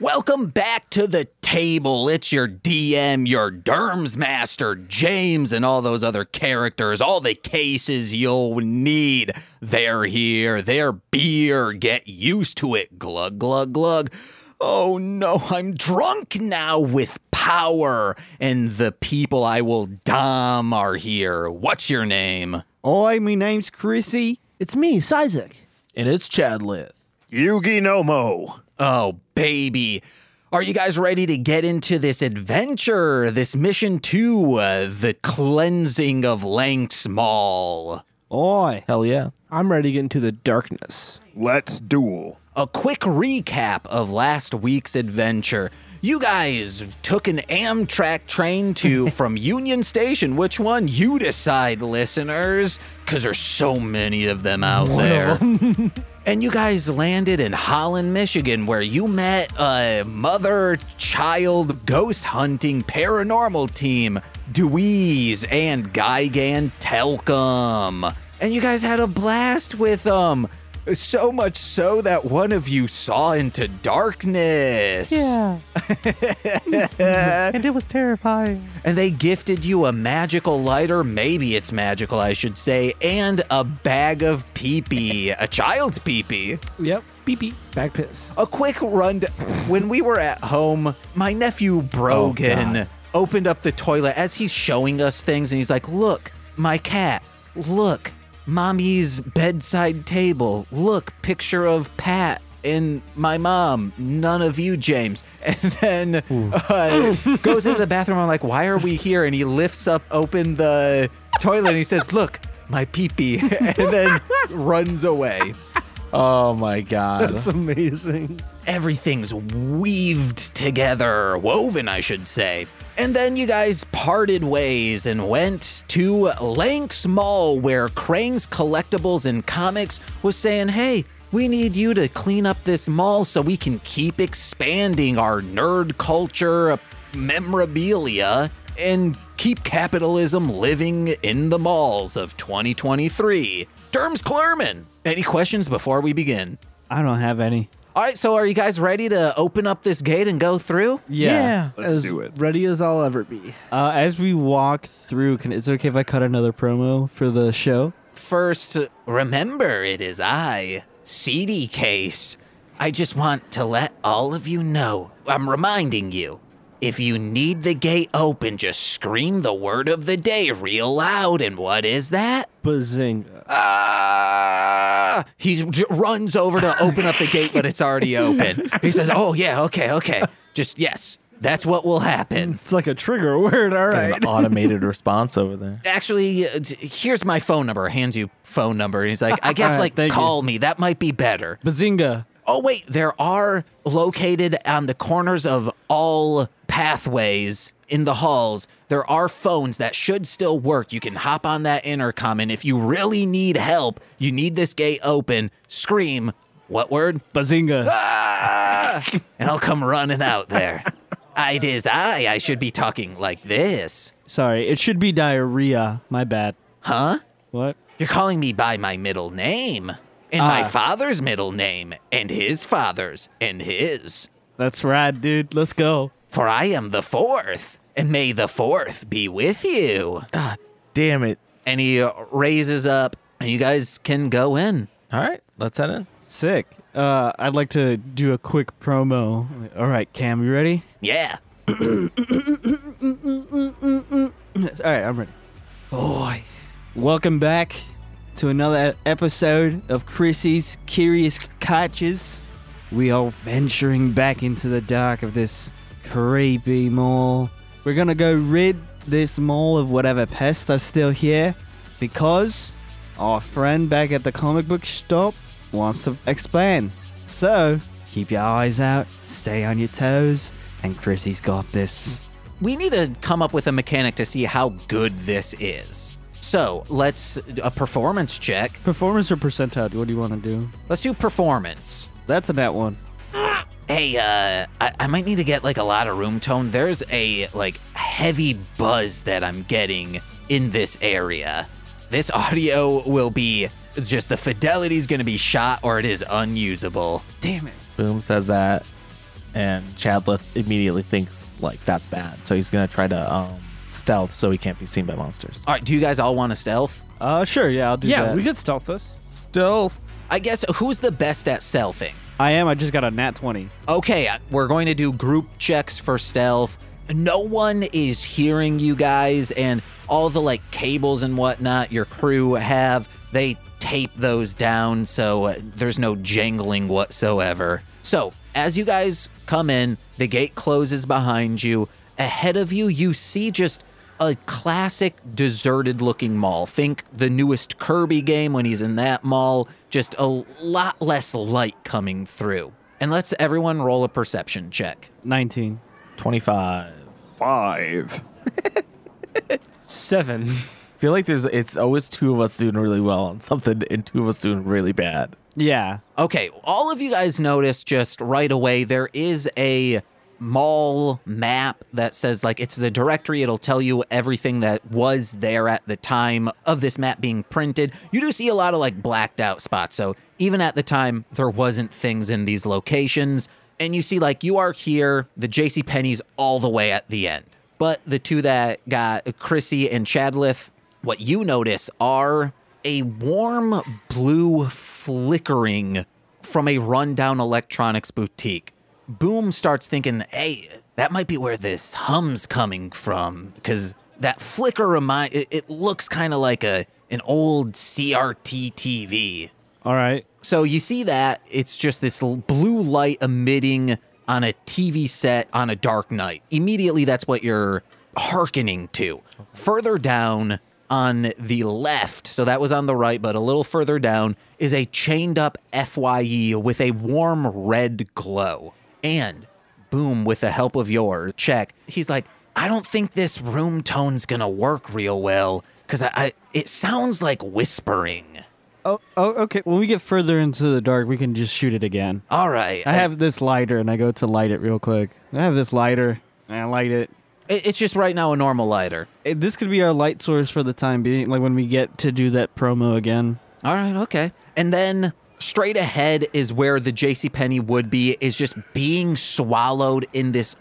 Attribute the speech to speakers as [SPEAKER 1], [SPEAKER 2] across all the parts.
[SPEAKER 1] Welcome back to the table. It's your DM, your Derms Master, James, and all those other characters, all the cases you'll need. They're here, they're beer. Get used to it. Glug, glug, glug. Oh no, I'm drunk now with power, and the people I will dom are here. What's your name?
[SPEAKER 2] Oi, Oh, my name's Chrissy.
[SPEAKER 3] It's me, Sizek.
[SPEAKER 4] And it's Chad Lith.
[SPEAKER 5] Yugi Nomo.
[SPEAKER 1] Oh, baby. Are you guys ready to get into this adventure, this mission to uh, the cleansing of Lanx Mall?
[SPEAKER 2] Oi.
[SPEAKER 4] Hell yeah.
[SPEAKER 3] I'm ready to get into the darkness.
[SPEAKER 5] Let's duel.
[SPEAKER 1] A quick recap of last week's adventure. You guys took an Amtrak train to from Union Station. Which one? You decide, listeners, because there's so many of them out there. And you guys landed in Holland, Michigan, where you met a mother child ghost hunting paranormal team, Dewey's and Gigan Telcom. And you guys had a blast with them. So much so that one of you saw into darkness.
[SPEAKER 6] Yeah. and it was terrifying.
[SPEAKER 1] And they gifted you a magical lighter, maybe it's magical, I should say, and a bag of pee pee, a child's pee pee.
[SPEAKER 3] Yep. Beep beep. Back piss.
[SPEAKER 1] A quick run. To, when we were at home, my nephew
[SPEAKER 4] Oh,
[SPEAKER 1] Brogan opened up the toilet as he's showing us things, and he's like, "Look, my cat. Look, mommy's bedside table. Look, picture of Pat." And my mom, none of you, James. And then uh, goes into the bathroom. I'm like, why are we here? And he lifts up, open the toilet, and he says, Look, my pee pee. And then runs away
[SPEAKER 4] Oh my god.
[SPEAKER 3] That's amazing.
[SPEAKER 1] everything's weaved together, woven, I should say. And then you guys parted ways and went to Lanx Mall, where Krang's Collectibles and Comics was saying, hey, we need you to clean up this mall so we can keep expanding our nerd culture memorabilia and keep capitalism living in the malls of 2023. Derms Clerman, any questions before we begin?
[SPEAKER 2] I don't have any.
[SPEAKER 1] All right, so are you guys ready to open up this gate and go through?
[SPEAKER 2] Yeah.
[SPEAKER 5] Let's
[SPEAKER 3] as
[SPEAKER 5] do it.
[SPEAKER 3] Ready as I'll ever be.
[SPEAKER 2] Uh, as we walk through, can, is it okay if I cut another promo for the show?
[SPEAKER 1] First, remember it is I, CD Case. I just want to let all of you know. I'm reminding you. If you need the gate open, just scream the word of the day real loud. And what is that?
[SPEAKER 3] Bazinga.
[SPEAKER 1] Ah! He j- runs over to open up the gate, but it's already open. He says, Oh, yeah, okay, okay. Just, yes, that's what will happen.
[SPEAKER 3] It's like a trigger word. All
[SPEAKER 4] It's like
[SPEAKER 3] right.
[SPEAKER 4] an automated response over there.
[SPEAKER 1] actually uh, t- here's my phone number hands you phone number and he's like i guess
[SPEAKER 2] All right,
[SPEAKER 1] like
[SPEAKER 2] thank you.
[SPEAKER 1] call me that might be better
[SPEAKER 2] Bazinga.
[SPEAKER 1] oh wait there are located on the corners of all pathways in the halls there are phones that should still work you can hop on that intercom and if you really need help you need this gate open scream what word
[SPEAKER 2] Bazinga.
[SPEAKER 1] ah! and i'll come running out there it is i i should be talking like this
[SPEAKER 2] Sorry, it should be diarrhea. My bad.
[SPEAKER 1] huh
[SPEAKER 2] What?
[SPEAKER 1] You're calling me by my middle name, and my
[SPEAKER 2] Ah.
[SPEAKER 1] father's middle name, and his father's, and his.
[SPEAKER 2] That's rad, dude. Let's go.
[SPEAKER 1] For I am the fourth, and may the fourth be with you.
[SPEAKER 4] Damn it.
[SPEAKER 1] And he uh, raises up, and you guys can go in.
[SPEAKER 4] All right, let's head in.
[SPEAKER 2] Sick. Uh, I'd like to do a quick promo. All right, Cam, you ready?
[SPEAKER 1] Yeah.
[SPEAKER 2] Yes, All right, I'm ready. Boy, welcome back to another e-, episode of Chrissy's Curious Catches. We are venturing back into the dark of this creepy mall. We're gonna go rid this mall of whatever pests are still here, because our friend back at the comic book shop wants to expand. So keep your eyes out, stay on your toes, and Chrissy's got this.
[SPEAKER 1] We need to come up with a mechanic to see how good this is. So let's a performance check.
[SPEAKER 2] Performance or percentile? What do you want to do?
[SPEAKER 1] Let's do performance.
[SPEAKER 2] That's a net one.
[SPEAKER 1] Hey, uh, I, I might need to get like a lot of room tone. There's a like heavy buzz that I'm getting in this area. This audio will be it's just the fidelity's gonna be shot or it is unusable.
[SPEAKER 2] Damn it.
[SPEAKER 4] Boom says that. and Chadleth immediately thinks like that's bad, so he's gonna try to um, stealth so he can't be seen by monsters.
[SPEAKER 1] All right, do you guys all want to stealth?
[SPEAKER 2] Uh, sure, yeah, I'll do
[SPEAKER 3] yeah,
[SPEAKER 2] that.
[SPEAKER 3] we could stealth this.
[SPEAKER 4] Stealth.
[SPEAKER 1] I guess who's the best at stealthing?
[SPEAKER 2] I am. I just got a nat 20.
[SPEAKER 1] Okay, uh, we're going to do group checks for stealth. No one is hearing you guys, and all the like cables and whatnot your crew have, they tape those down so uh, there's no jangling whatsoever. So, as you guys come in, the gate closes behind you. Ahead of you, you see just a classic deserted looking mall. Think the newest Kirby game when he's in that mall, just a lot less light coming through. And let's everyone roll a perception check.
[SPEAKER 2] 19.
[SPEAKER 4] 25.
[SPEAKER 5] Five.
[SPEAKER 3] Seven.
[SPEAKER 4] I feel like there's it's always two of us doing really well on something and two of us doing really bad.
[SPEAKER 2] Yeah.
[SPEAKER 1] Okay, all of you guys notice just right away there is a mall map that says like it's the directory it'll tell you everything that was there at the time of this map being printed you do see a lot of like blacked out spots so even at the time there wasn't things in these locations and you see like you are here the jc penney's all the way at the end but the two that got chrissy and chadlith what you notice are a warm blue flickering from a rundown electronics boutique. Boom starts thinking, hey, that might be where this hum's coming from, because that flicker remind it, it looks kind of like a an old CRT TV.
[SPEAKER 2] All right.
[SPEAKER 1] So you see that it's just this l- blue light emitting on a TV set on a dark night. Immediately, that's what you're hearkening to. Further down on the left, so that was on the right, but a little further down is a chained up FYE with a warm red glow. And boom, with the help of your check, he's like, I don't think this room tone's gonna work real well because I, I it sounds like whispering.
[SPEAKER 2] Oh, oh, okay. When we get further into the dark, we can just shoot it again.
[SPEAKER 1] All right,
[SPEAKER 2] I have this lighter, and I go to light it real quick. I have this lighter, and I light it.
[SPEAKER 1] It- It's just right now a normal lighter.
[SPEAKER 2] It- This could be our light source for the time being, like when we get to do that promo again.
[SPEAKER 1] All right, okay. And then straight ahead is where the JCPenney would be, is just being swallowed in this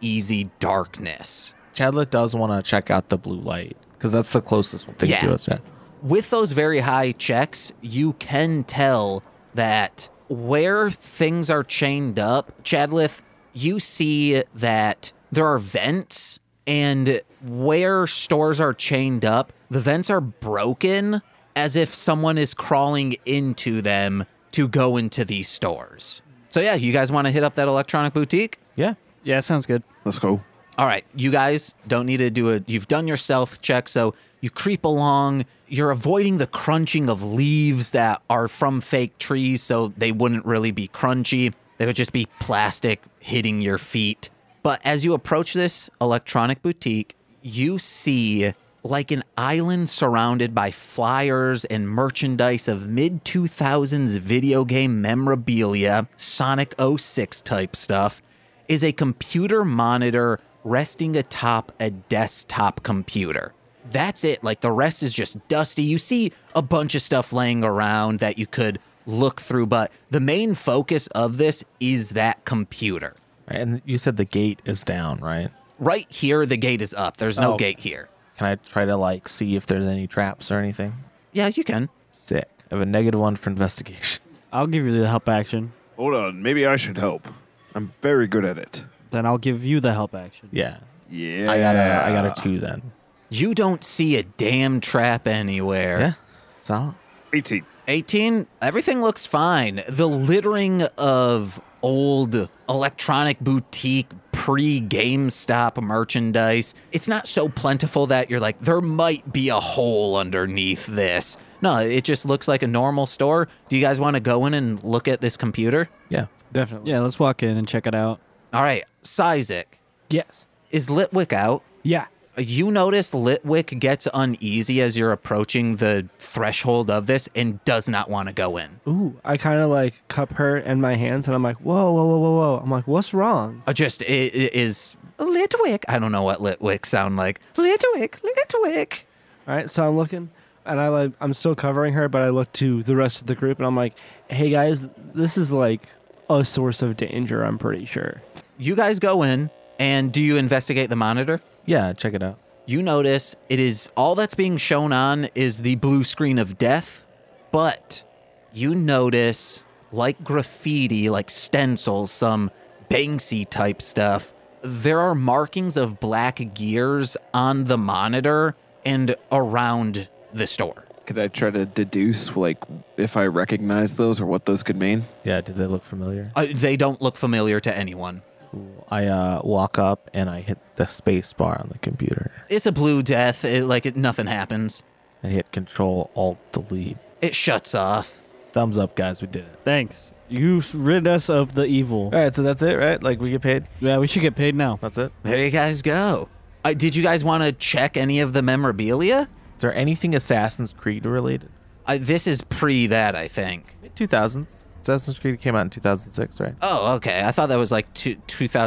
[SPEAKER 1] uneasy darkness.
[SPEAKER 4] Chadlet does want to check out the blue light because that's the closest thing
[SPEAKER 1] Yeah.
[SPEAKER 4] to us. Right?
[SPEAKER 1] With those very high checks, you can tell that where things are chained up, Chadlith, you see that there are vents, and where stores are chained up, the vents are broken as if someone is crawling into them to go into these stores. So, yeah, you guys want to hit up that electronic boutique?
[SPEAKER 4] Yeah.
[SPEAKER 2] Yeah, sounds good.
[SPEAKER 5] Let's go.
[SPEAKER 1] All right, you guys don't need to do it. You've done your self check, so you creep along. You're avoiding the crunching of leaves that are from fake trees, so they wouldn't really be crunchy. They would just be plastic hitting your feet. But as you approach this electronic boutique, you see like an island surrounded by flyers and merchandise of mid 2000s video game memorabilia, Sonic 06 type stuff is a computer monitor resting atop a desktop computer. That's it. Like the rest is just dusty. You see a bunch of stuff laying around that you could look through, but the main focus of this is that computer.
[SPEAKER 4] And you said the gate is down, right?
[SPEAKER 1] Right here, the gate is up. There's no
[SPEAKER 4] Oh.
[SPEAKER 1] gate here.
[SPEAKER 4] Can I try to like see if there's any traps or anything?
[SPEAKER 1] Yeah, you can.
[SPEAKER 4] Sick. I have a negative one for investigation.
[SPEAKER 2] I'll give you the help action.
[SPEAKER 5] Hold on. Maybe I should help. I'm very good at it.
[SPEAKER 2] Then I'll give you the help action.
[SPEAKER 4] Yeah.
[SPEAKER 5] Yeah.
[SPEAKER 4] I got a I got a two then.
[SPEAKER 1] You don't see a damn trap anywhere.
[SPEAKER 4] Yeah. Solid.
[SPEAKER 5] 18.
[SPEAKER 1] 18 everything looks fine the littering of old electronic boutique pre gamestop merchandise it's not so plentiful that you're like there might be a hole underneath this no it just looks like a normal store do you guys want to go in and look at this computer
[SPEAKER 4] Yeah.
[SPEAKER 3] Definitely.
[SPEAKER 2] Yeah, let's walk in and check it out.
[SPEAKER 1] all right sizik
[SPEAKER 3] Yes.
[SPEAKER 1] is litwick out
[SPEAKER 3] Yeah.
[SPEAKER 1] you notice litwick gets uneasy as you're approaching the threshold of this and does not want to go in
[SPEAKER 3] Ooh, I kind of like cup her in my hands, and I'm like, whoa, whoa, whoa, whoa, whoa. I'm like, what's wrong?
[SPEAKER 1] Uh, just i- i- is Litwick. I don't know what Litwick sound like. Litwick, Litwick.
[SPEAKER 3] All right, so I'm looking, and I like, I'm still covering her, but I look to the rest of the group, and I'm like, hey guys, this is like a source of danger, I'm pretty sure.
[SPEAKER 1] You guys go in, and do you investigate the monitor?
[SPEAKER 4] Yeah, check it out.
[SPEAKER 1] you notice it is all that's being shown on is the blue screen of death, but you notice like graffiti, like stencils, some Banksy type stuff. There are markings of black gears on the monitor and around the store.
[SPEAKER 5] Could I try to deduce, like, if I recognize those or what those could mean?
[SPEAKER 4] Yeah, did they look familiar?
[SPEAKER 1] Uh, they don't look familiar to anyone.
[SPEAKER 4] Cool. I uh, walk up and I hit the space bar on the computer.
[SPEAKER 1] It's a blue death, it, like it, nothing happens.
[SPEAKER 4] I hit Control Alt Delete.
[SPEAKER 1] It shuts off.
[SPEAKER 4] Thumbs up, guys. We did it.
[SPEAKER 2] Thanks. You've rid us of the evil.
[SPEAKER 4] All right, so that's it, right? Like we get paid.
[SPEAKER 2] Yeah, we should get paid now.
[SPEAKER 4] That's it.
[SPEAKER 1] There you guys go. Uh, did you guys want to check any of the memorabilia?
[SPEAKER 4] Is there anything Assassin's Creed related?
[SPEAKER 1] Uh, this is pre that, I think.
[SPEAKER 4] Mid two thousands. Assassin's Creed came out in two thousand six, right?
[SPEAKER 1] Oh, okay. I thought that was like two,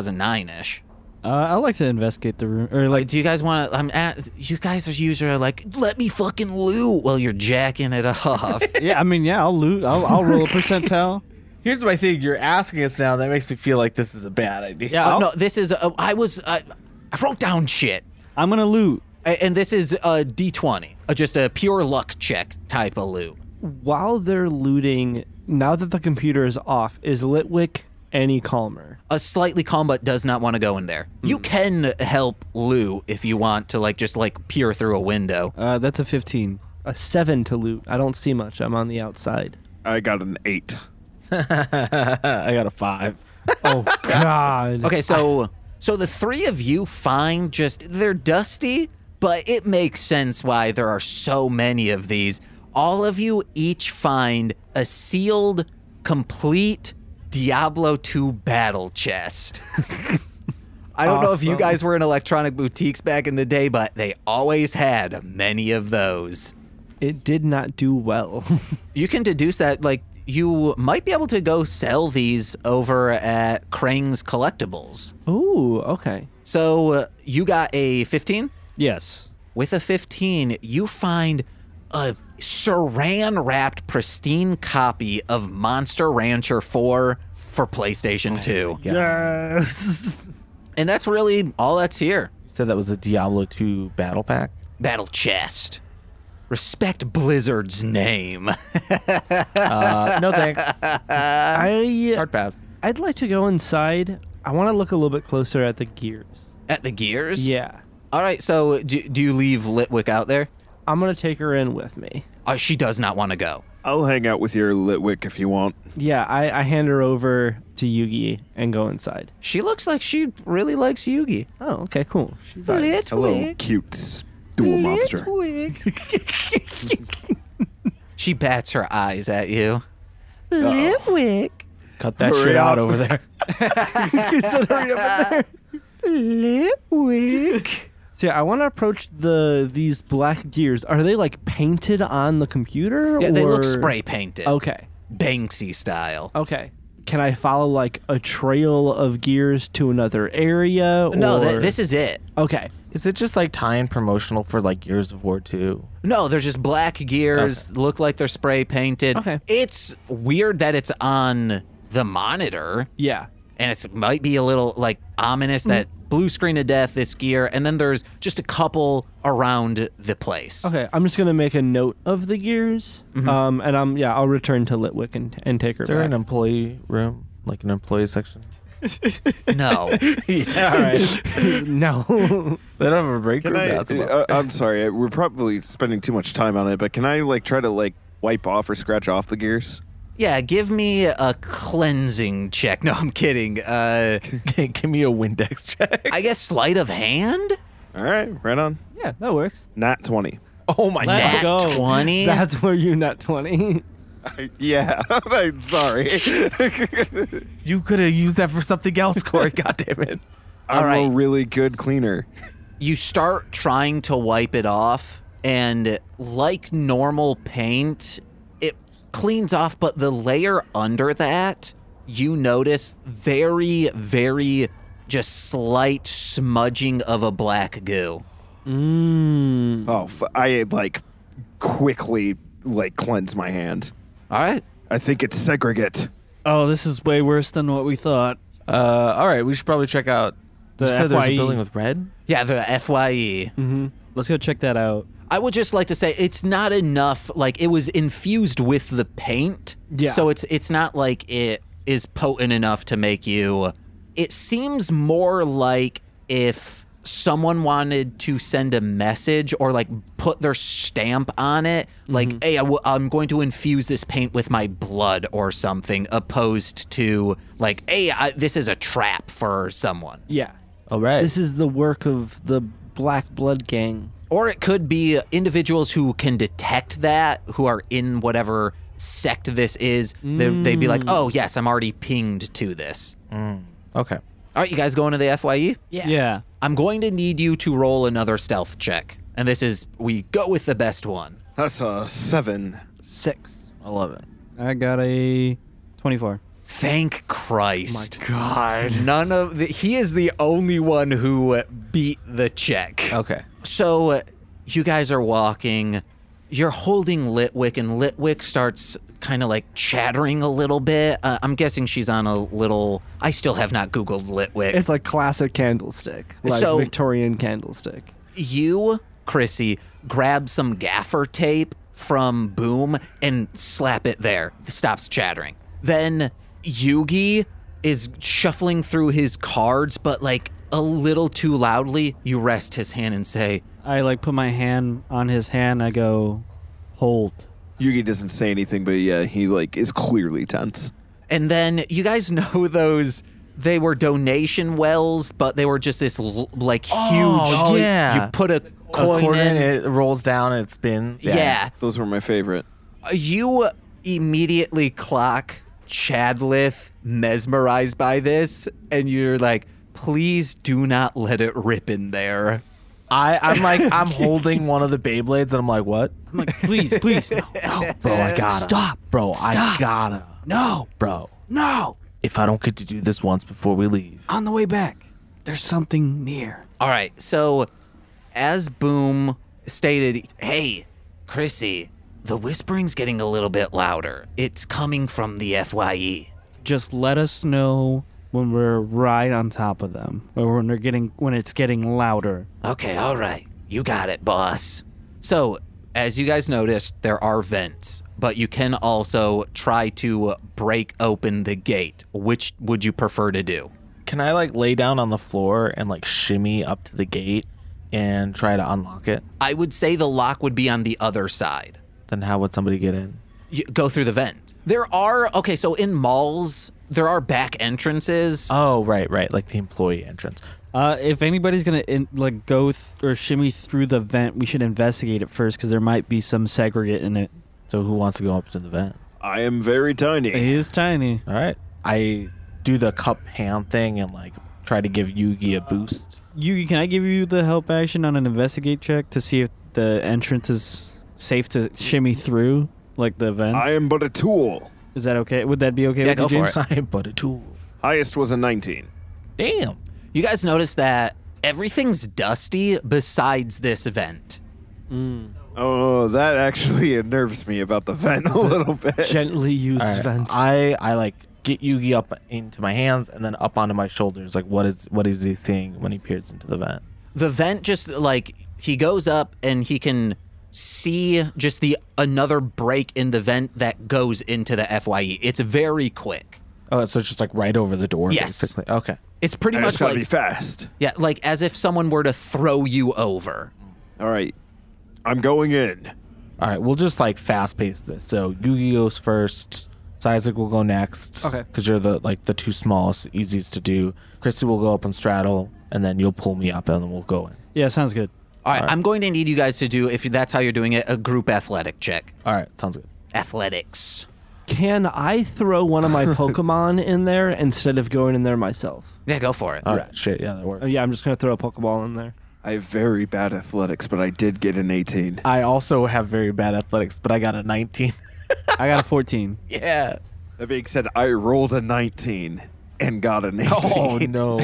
[SPEAKER 1] 2009-ish.
[SPEAKER 2] Uh, I like to investigate the room, or like
[SPEAKER 1] Like, do you guys want to? I'm at. You guys are usually like, let me fucking loot while you're jacking it off. Uh,
[SPEAKER 2] yeah, I mean, yeah, I'll loot. I'll, I'll roll a percentile.
[SPEAKER 4] Here's my thing. You're asking us now. That makes me feel like this is a bad idea.
[SPEAKER 2] Yeah,
[SPEAKER 1] oh,
[SPEAKER 2] I'll,
[SPEAKER 1] no, this is. Uh, I was. Uh, I wrote down shit,
[SPEAKER 2] I'm gonna loot.
[SPEAKER 1] A- and this is a D twenty, uh, just a pure luck check type of loot.
[SPEAKER 3] While they're looting, now that the computer is off, is Litwick any calmer?
[SPEAKER 1] A slightly calm, but does not want to go in there. You can help Lou if you want to, like just like peer through a window.
[SPEAKER 2] Uh, that's a 15.
[SPEAKER 3] A seven to loot. I don't see much. I'm on the outside.
[SPEAKER 5] I got an eight.
[SPEAKER 4] I got a five.
[SPEAKER 3] Oh God.
[SPEAKER 1] Okay, so so the three of you find just they're dusty, but it makes sense why there are so many of these. All of you each find a sealed, complete Diablo 2 battle chest. I don't know if you
[SPEAKER 3] Awesome.
[SPEAKER 1] guys were in electronic boutiques back in the day, but they always had many of those.
[SPEAKER 3] It did not do well.
[SPEAKER 1] You can deduce that, like, you might be able to go sell these over at Krang's Collectibles.
[SPEAKER 3] Ooh, okay.
[SPEAKER 1] So uh, you got a 15?
[SPEAKER 2] Yes.
[SPEAKER 1] With a 15, you find a saran wrapped pristine copy of Monster Rancher 4 for PlayStation 2.
[SPEAKER 3] Yes.
[SPEAKER 1] And that's really all that's here.
[SPEAKER 4] You said that was a Diablo two battle pack.
[SPEAKER 1] Battle chest. Respect Blizzard's name.
[SPEAKER 4] Uh, no thanks.
[SPEAKER 3] I
[SPEAKER 4] Hard pass.
[SPEAKER 3] I'd like to go inside. I want to look a little bit closer at the gears.
[SPEAKER 1] At the gears?
[SPEAKER 3] Yeah.
[SPEAKER 1] All right, so do, do you leave Litwick out there?
[SPEAKER 3] I'm gonna take her in with me.
[SPEAKER 1] Uh, she does not want to go.
[SPEAKER 5] I'll hang out with your Litwick if you want.
[SPEAKER 3] Yeah, I, I hand her over to Yugi and go inside.
[SPEAKER 1] She looks like she really likes Yugi.
[SPEAKER 3] Oh, okay, cool. She
[SPEAKER 5] Hello, cute dual monster.
[SPEAKER 1] She bats her eyes at you.
[SPEAKER 4] Cut that
[SPEAKER 5] Hurry
[SPEAKER 4] shit out
[SPEAKER 5] up.
[SPEAKER 4] over there.
[SPEAKER 3] So yeah, I want to approach the these black gears. Are they like painted on the computer?
[SPEAKER 1] Yeah, they look
[SPEAKER 3] or-
[SPEAKER 1] spray painted.
[SPEAKER 3] Okay,
[SPEAKER 1] Banksy style.
[SPEAKER 3] okay. Can I follow like a trail of gears to another area?
[SPEAKER 1] No,
[SPEAKER 3] or-
[SPEAKER 1] th- this is it.
[SPEAKER 3] okay.
[SPEAKER 4] Is it just like tie-in promotional for like Years of War two?
[SPEAKER 1] No, they're just black gears, look like they're spray painted.
[SPEAKER 3] Okay.
[SPEAKER 1] It's weird that it's on the monitor,
[SPEAKER 3] Yeah.
[SPEAKER 1] and it might be a little like ominous that
[SPEAKER 3] Mm-hmm.
[SPEAKER 1] blue screen of death, this gear, and then there's just a couple around the place.
[SPEAKER 3] Okay. I'm just gonna make a note of the gears.
[SPEAKER 1] Mm-hmm.
[SPEAKER 3] Um, and I'm yeah, I'll return to Litwick and, and take her
[SPEAKER 4] Is there an
[SPEAKER 3] back.
[SPEAKER 4] employee room, like an employee section?
[SPEAKER 1] No.
[SPEAKER 4] yeah, all right.
[SPEAKER 3] no.
[SPEAKER 4] They don't have a break
[SPEAKER 5] Can
[SPEAKER 4] room.
[SPEAKER 5] I?
[SPEAKER 4] That's about-
[SPEAKER 5] uh, I'm sorry. I- We're probably spending too much time on it, but can I like try to like wipe off or scratch off the gears?
[SPEAKER 1] yeah, give me a cleansing check. No, I'm kidding. Uh,
[SPEAKER 4] Give me a Windex check.
[SPEAKER 1] I guess sleight of hand?
[SPEAKER 5] All right, right on.
[SPEAKER 3] yeah, that works.
[SPEAKER 5] Nat twenty.
[SPEAKER 4] Oh my
[SPEAKER 2] Let's
[SPEAKER 1] Nat
[SPEAKER 2] go.
[SPEAKER 1] 20?
[SPEAKER 3] That's where you not twenty.
[SPEAKER 5] yeah, I'm sorry.
[SPEAKER 4] You could have used that for something else, Corey. God damn it.
[SPEAKER 5] I'm a
[SPEAKER 1] right.
[SPEAKER 5] really good cleaner.
[SPEAKER 1] you start trying to wipe it off and like normal paint it cleans off but the layer under that you notice very very just slight smudging of a black goo
[SPEAKER 3] Mm.
[SPEAKER 5] Oh, f- I like quickly like cleanse my hand.
[SPEAKER 1] all right
[SPEAKER 5] I think it's segregate.
[SPEAKER 2] Oh, this is way worse than what we thought.
[SPEAKER 4] Uh, all right, we should probably check out.
[SPEAKER 2] The
[SPEAKER 4] you said there's
[SPEAKER 2] FYE.
[SPEAKER 4] a building with red.
[SPEAKER 1] Yeah, the E. FYE.
[SPEAKER 2] Let's go check that out.
[SPEAKER 1] I would just like to say it's not enough. Like it was infused with the paint,
[SPEAKER 3] Yeah.
[SPEAKER 1] So it's it's not like it is potent enough to make you. It seems more like if someone wanted to send a message or like put their stamp on it, like hey, I w- I'm going to infuse this paint with my blood or something, opposed to like hey, I, this is a trap for someone.
[SPEAKER 3] Yeah.
[SPEAKER 4] All right.
[SPEAKER 3] This is the work of the Black Blood Gang.
[SPEAKER 1] Or it could be individuals who can detect that, who are in whatever sect this is. They, they'd be like, oh, yes, I'm already pinged to this.
[SPEAKER 4] Mm. okay.
[SPEAKER 1] All right, you guys going to the FYE?
[SPEAKER 2] Yeah.
[SPEAKER 1] I'm going to need you to roll another stealth check. And this is, we go with the best one.
[SPEAKER 5] That's a seven.
[SPEAKER 3] Six.
[SPEAKER 4] I love it.
[SPEAKER 2] I got a 24.
[SPEAKER 1] Thank Christ.
[SPEAKER 3] God.
[SPEAKER 1] None of the, he is the only one who uh, beat the check.
[SPEAKER 4] Okay.
[SPEAKER 1] So uh, you guys are walking. You're holding Litwick, and Litwick starts kind of like chattering a little bit. Uh, I'm guessing she's on a little. I still have not Googled Litwick.
[SPEAKER 3] It's like classic candlestick, like
[SPEAKER 1] So-
[SPEAKER 3] Victorian candlestick.
[SPEAKER 1] you, Chrissy, grab some gaffer tape from Boom and slap it there. Stops chattering. Then Yugi is shuffling through his cards, but like a little too loudly. You rest his hand and say,
[SPEAKER 2] I like put my hand on his hand. I go, hold.
[SPEAKER 5] Yugi doesn't say anything, but yeah, he like is clearly tense.
[SPEAKER 1] And then you guys know those they were donation wells, but they were just this l- like huge.
[SPEAKER 4] oh, yeah.
[SPEAKER 1] You put a
[SPEAKER 4] A
[SPEAKER 1] coin
[SPEAKER 4] quarter
[SPEAKER 1] in.
[SPEAKER 4] and it rolls down and it spins.
[SPEAKER 1] yeah.
[SPEAKER 5] Those were my favorite.
[SPEAKER 1] You immediately clock Chadlith mesmerized by this, and you're like, please do not let it rip in there.
[SPEAKER 4] I, I'm like, I'm holding one of the Beyblades and I'm like, what?
[SPEAKER 2] I'm like, please, please. No,
[SPEAKER 4] Bro, I gotta.
[SPEAKER 2] Stop.
[SPEAKER 4] Bro, I gotta.
[SPEAKER 2] No.
[SPEAKER 4] Bro,
[SPEAKER 2] No.
[SPEAKER 4] if I don't get to do this once before we leave.
[SPEAKER 2] On the way back, there's something near.
[SPEAKER 1] All right. So, as Boom stated, hey, Chrissy, the whispering's getting a little bit louder. It's coming from the E." FYE.
[SPEAKER 2] Just let us know when we're right on top of them, or when they're getting when it's getting louder.
[SPEAKER 1] Okay, all right. You got it, boss. So, as you guys noticed, there are vents, but you can also try to break open the gate. Which would you prefer to do?
[SPEAKER 4] Can I like lay down on the floor and like shimmy up to the gate and try to unlock it?
[SPEAKER 1] I would say the lock would be on the other side.
[SPEAKER 4] Then how would somebody get in?
[SPEAKER 1] You go through the vent. There are, okay, so in malls, there are back entrances.
[SPEAKER 4] Oh, right, right. Like the employee entrance.
[SPEAKER 2] Uh, if anybody's gonna in, like go th- or shimmy through the vent, we should investigate it first because there might be some segregate in it.
[SPEAKER 4] So who wants to go up to the vent?
[SPEAKER 5] I am very
[SPEAKER 2] It
[SPEAKER 5] tiny.
[SPEAKER 2] is tiny.
[SPEAKER 4] All right. I do the cup hand thing and like try to give Yugi a boost.
[SPEAKER 2] You can I give you the help action on an investigate check to see if the entrance is safe to shimmy through, like the vent?
[SPEAKER 5] I am but a tool.
[SPEAKER 2] is that okay? Would that be okay?
[SPEAKER 1] Yeah,
[SPEAKER 2] with you,
[SPEAKER 1] go for
[SPEAKER 2] James?
[SPEAKER 1] it.
[SPEAKER 4] I but a tool.
[SPEAKER 5] Highest was a 19.
[SPEAKER 4] Damn.
[SPEAKER 1] You guys notice that everything's dusty besides this vent.
[SPEAKER 5] Oh, that actually unnerves me about the vent a little bit.
[SPEAKER 3] Gently used
[SPEAKER 4] All right.
[SPEAKER 3] vent.
[SPEAKER 4] I I like get Yugi up into my hands and then up onto my shoulders. Like what is what is he seeing when he peers into the vent?
[SPEAKER 1] the vent just like he goes up and he can see just the another break in the vent that goes into the FYE. It's very quick.
[SPEAKER 4] Oh, so it's just like right over the door.
[SPEAKER 1] Yes.
[SPEAKER 4] Basically. Okay.
[SPEAKER 1] It's pretty
[SPEAKER 5] I just
[SPEAKER 1] much
[SPEAKER 5] gotta
[SPEAKER 1] like
[SPEAKER 5] be fast.
[SPEAKER 1] yeah, like as if someone were to throw you over.
[SPEAKER 5] All right, I'm going in.
[SPEAKER 4] All right. We'll just like fast pace this. So Yugi goes first. Isaac will go next.
[SPEAKER 3] Okay.
[SPEAKER 4] Because you're the like the two smallest, easiest to do. Christy will go up and straddle, and then you'll pull me up, and then we'll go in.
[SPEAKER 2] Yeah, sounds good.
[SPEAKER 1] All right, I'm going to need you guys to do if that's how you're doing it, a group athletic check.
[SPEAKER 4] All right. Sounds good.
[SPEAKER 1] Athletics.
[SPEAKER 3] Can I throw one of my Pokemon in there instead of going in there myself?
[SPEAKER 1] Yeah, go for it.
[SPEAKER 4] All right. Shit. Yeah, that works.
[SPEAKER 3] Oh, yeah, I'm just gonna throw a Pokeball in there.
[SPEAKER 5] I have very bad athletics, but I did get an 18.
[SPEAKER 4] I also have very bad athletics, but I got a 19.
[SPEAKER 2] I got a 14.
[SPEAKER 4] yeah.
[SPEAKER 5] That being said, I rolled a 19 and got an 18.
[SPEAKER 4] Oh no.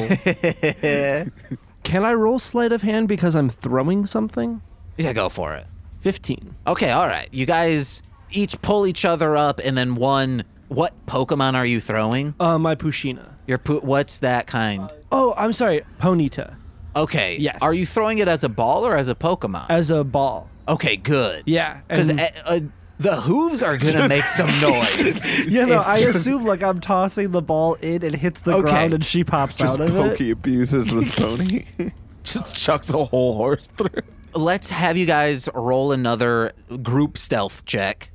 [SPEAKER 3] Can I roll sleight of hand because I'm throwing something?
[SPEAKER 1] Yeah, go for it.
[SPEAKER 3] Fifteen.
[SPEAKER 1] Okay, all right. You guys each pull each other up, and then one What Pokemon are you throwing?
[SPEAKER 3] Uh, my Pushina.
[SPEAKER 1] Your po- what's that kind?
[SPEAKER 3] Oh, I'm sorry, Ponita
[SPEAKER 1] Okay.
[SPEAKER 3] yes.
[SPEAKER 1] Are you throwing it as a ball or as a Pokemon?
[SPEAKER 3] as a ball.
[SPEAKER 1] okay, good.
[SPEAKER 3] Yeah,
[SPEAKER 1] Because
[SPEAKER 4] e-
[SPEAKER 3] and-
[SPEAKER 1] uh, the hooves are gonna make some noise.
[SPEAKER 3] Yeah, no, I assume like I'm tossing the ball in, it hits the
[SPEAKER 1] Okay.
[SPEAKER 3] ground, and she pops
[SPEAKER 5] Just
[SPEAKER 3] out of it.
[SPEAKER 5] pokey abuses this pony.
[SPEAKER 4] Just chucks a whole horse through.
[SPEAKER 1] Let's have you guys roll another group stealth check.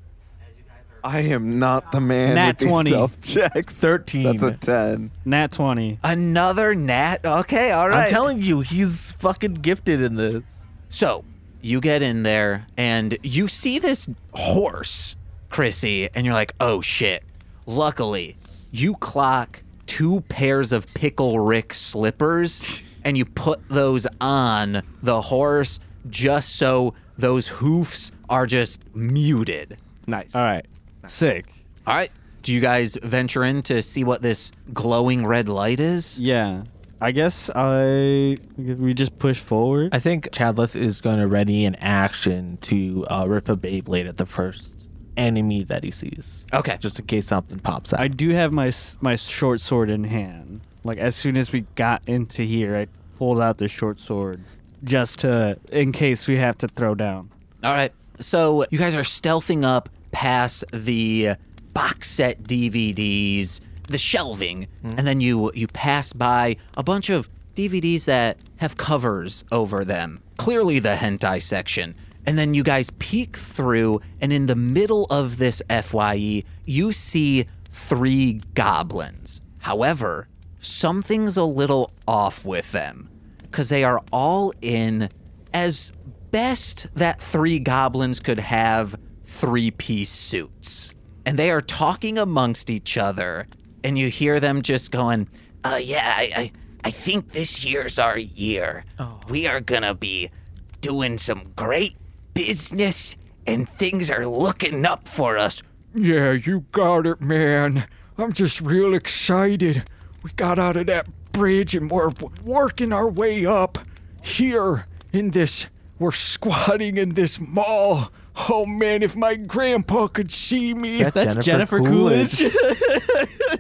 [SPEAKER 5] I am not the man
[SPEAKER 2] Nat
[SPEAKER 5] with these
[SPEAKER 2] 20.
[SPEAKER 5] stealth checks.
[SPEAKER 4] 13.
[SPEAKER 5] That's a ten.
[SPEAKER 2] Nat 20.
[SPEAKER 1] Another nat. Okay, all right.
[SPEAKER 4] I'm telling you, he's fucking gifted in this.
[SPEAKER 1] So you get in there and you see this horse, Chrissy, and you're like, oh shit. Luckily, you clock two pairs of Pickle Rick slippers and you put those on the horse just so those hoofs are just muted.
[SPEAKER 3] Nice.
[SPEAKER 2] All right. Sick.
[SPEAKER 1] All right. Do you guys venture in to see what this glowing red light is?
[SPEAKER 2] Yeah. I guess I we just push forward.
[SPEAKER 4] I think Chadleth is going to ready an action to uh, rip a Beyblade at the first enemy that he sees.
[SPEAKER 1] Okay.
[SPEAKER 4] Just in case something pops out.
[SPEAKER 2] I do have my s- my short sword in hand. Like as soon as we got into here, I pulled out the short sword just to in case we have to throw down.
[SPEAKER 1] All right. So you guys are stealthing up past the box set DVDs, the shelving, and then you you pass by a bunch of DVDs that have covers over them. Clearly the hentai section. And then you guys peek through and in the middle of this FYE, you see three goblins. However, something's a little off with them because they are all in as best that three goblins could have three piece suits. And they are talking amongst each other, and you hear them just going, uh, Yeah, I, I, I think this year's our year. We are going to be doing some great business, and things are looking up for us.
[SPEAKER 6] Yeah, you got it, man. I'm just real excited. We got out of that bridge and we're w- working our way up here in this. We're squatting in this mall. Oh man, if my grandpa could see me.
[SPEAKER 4] Is that
[SPEAKER 2] That's Jennifer Coolidge.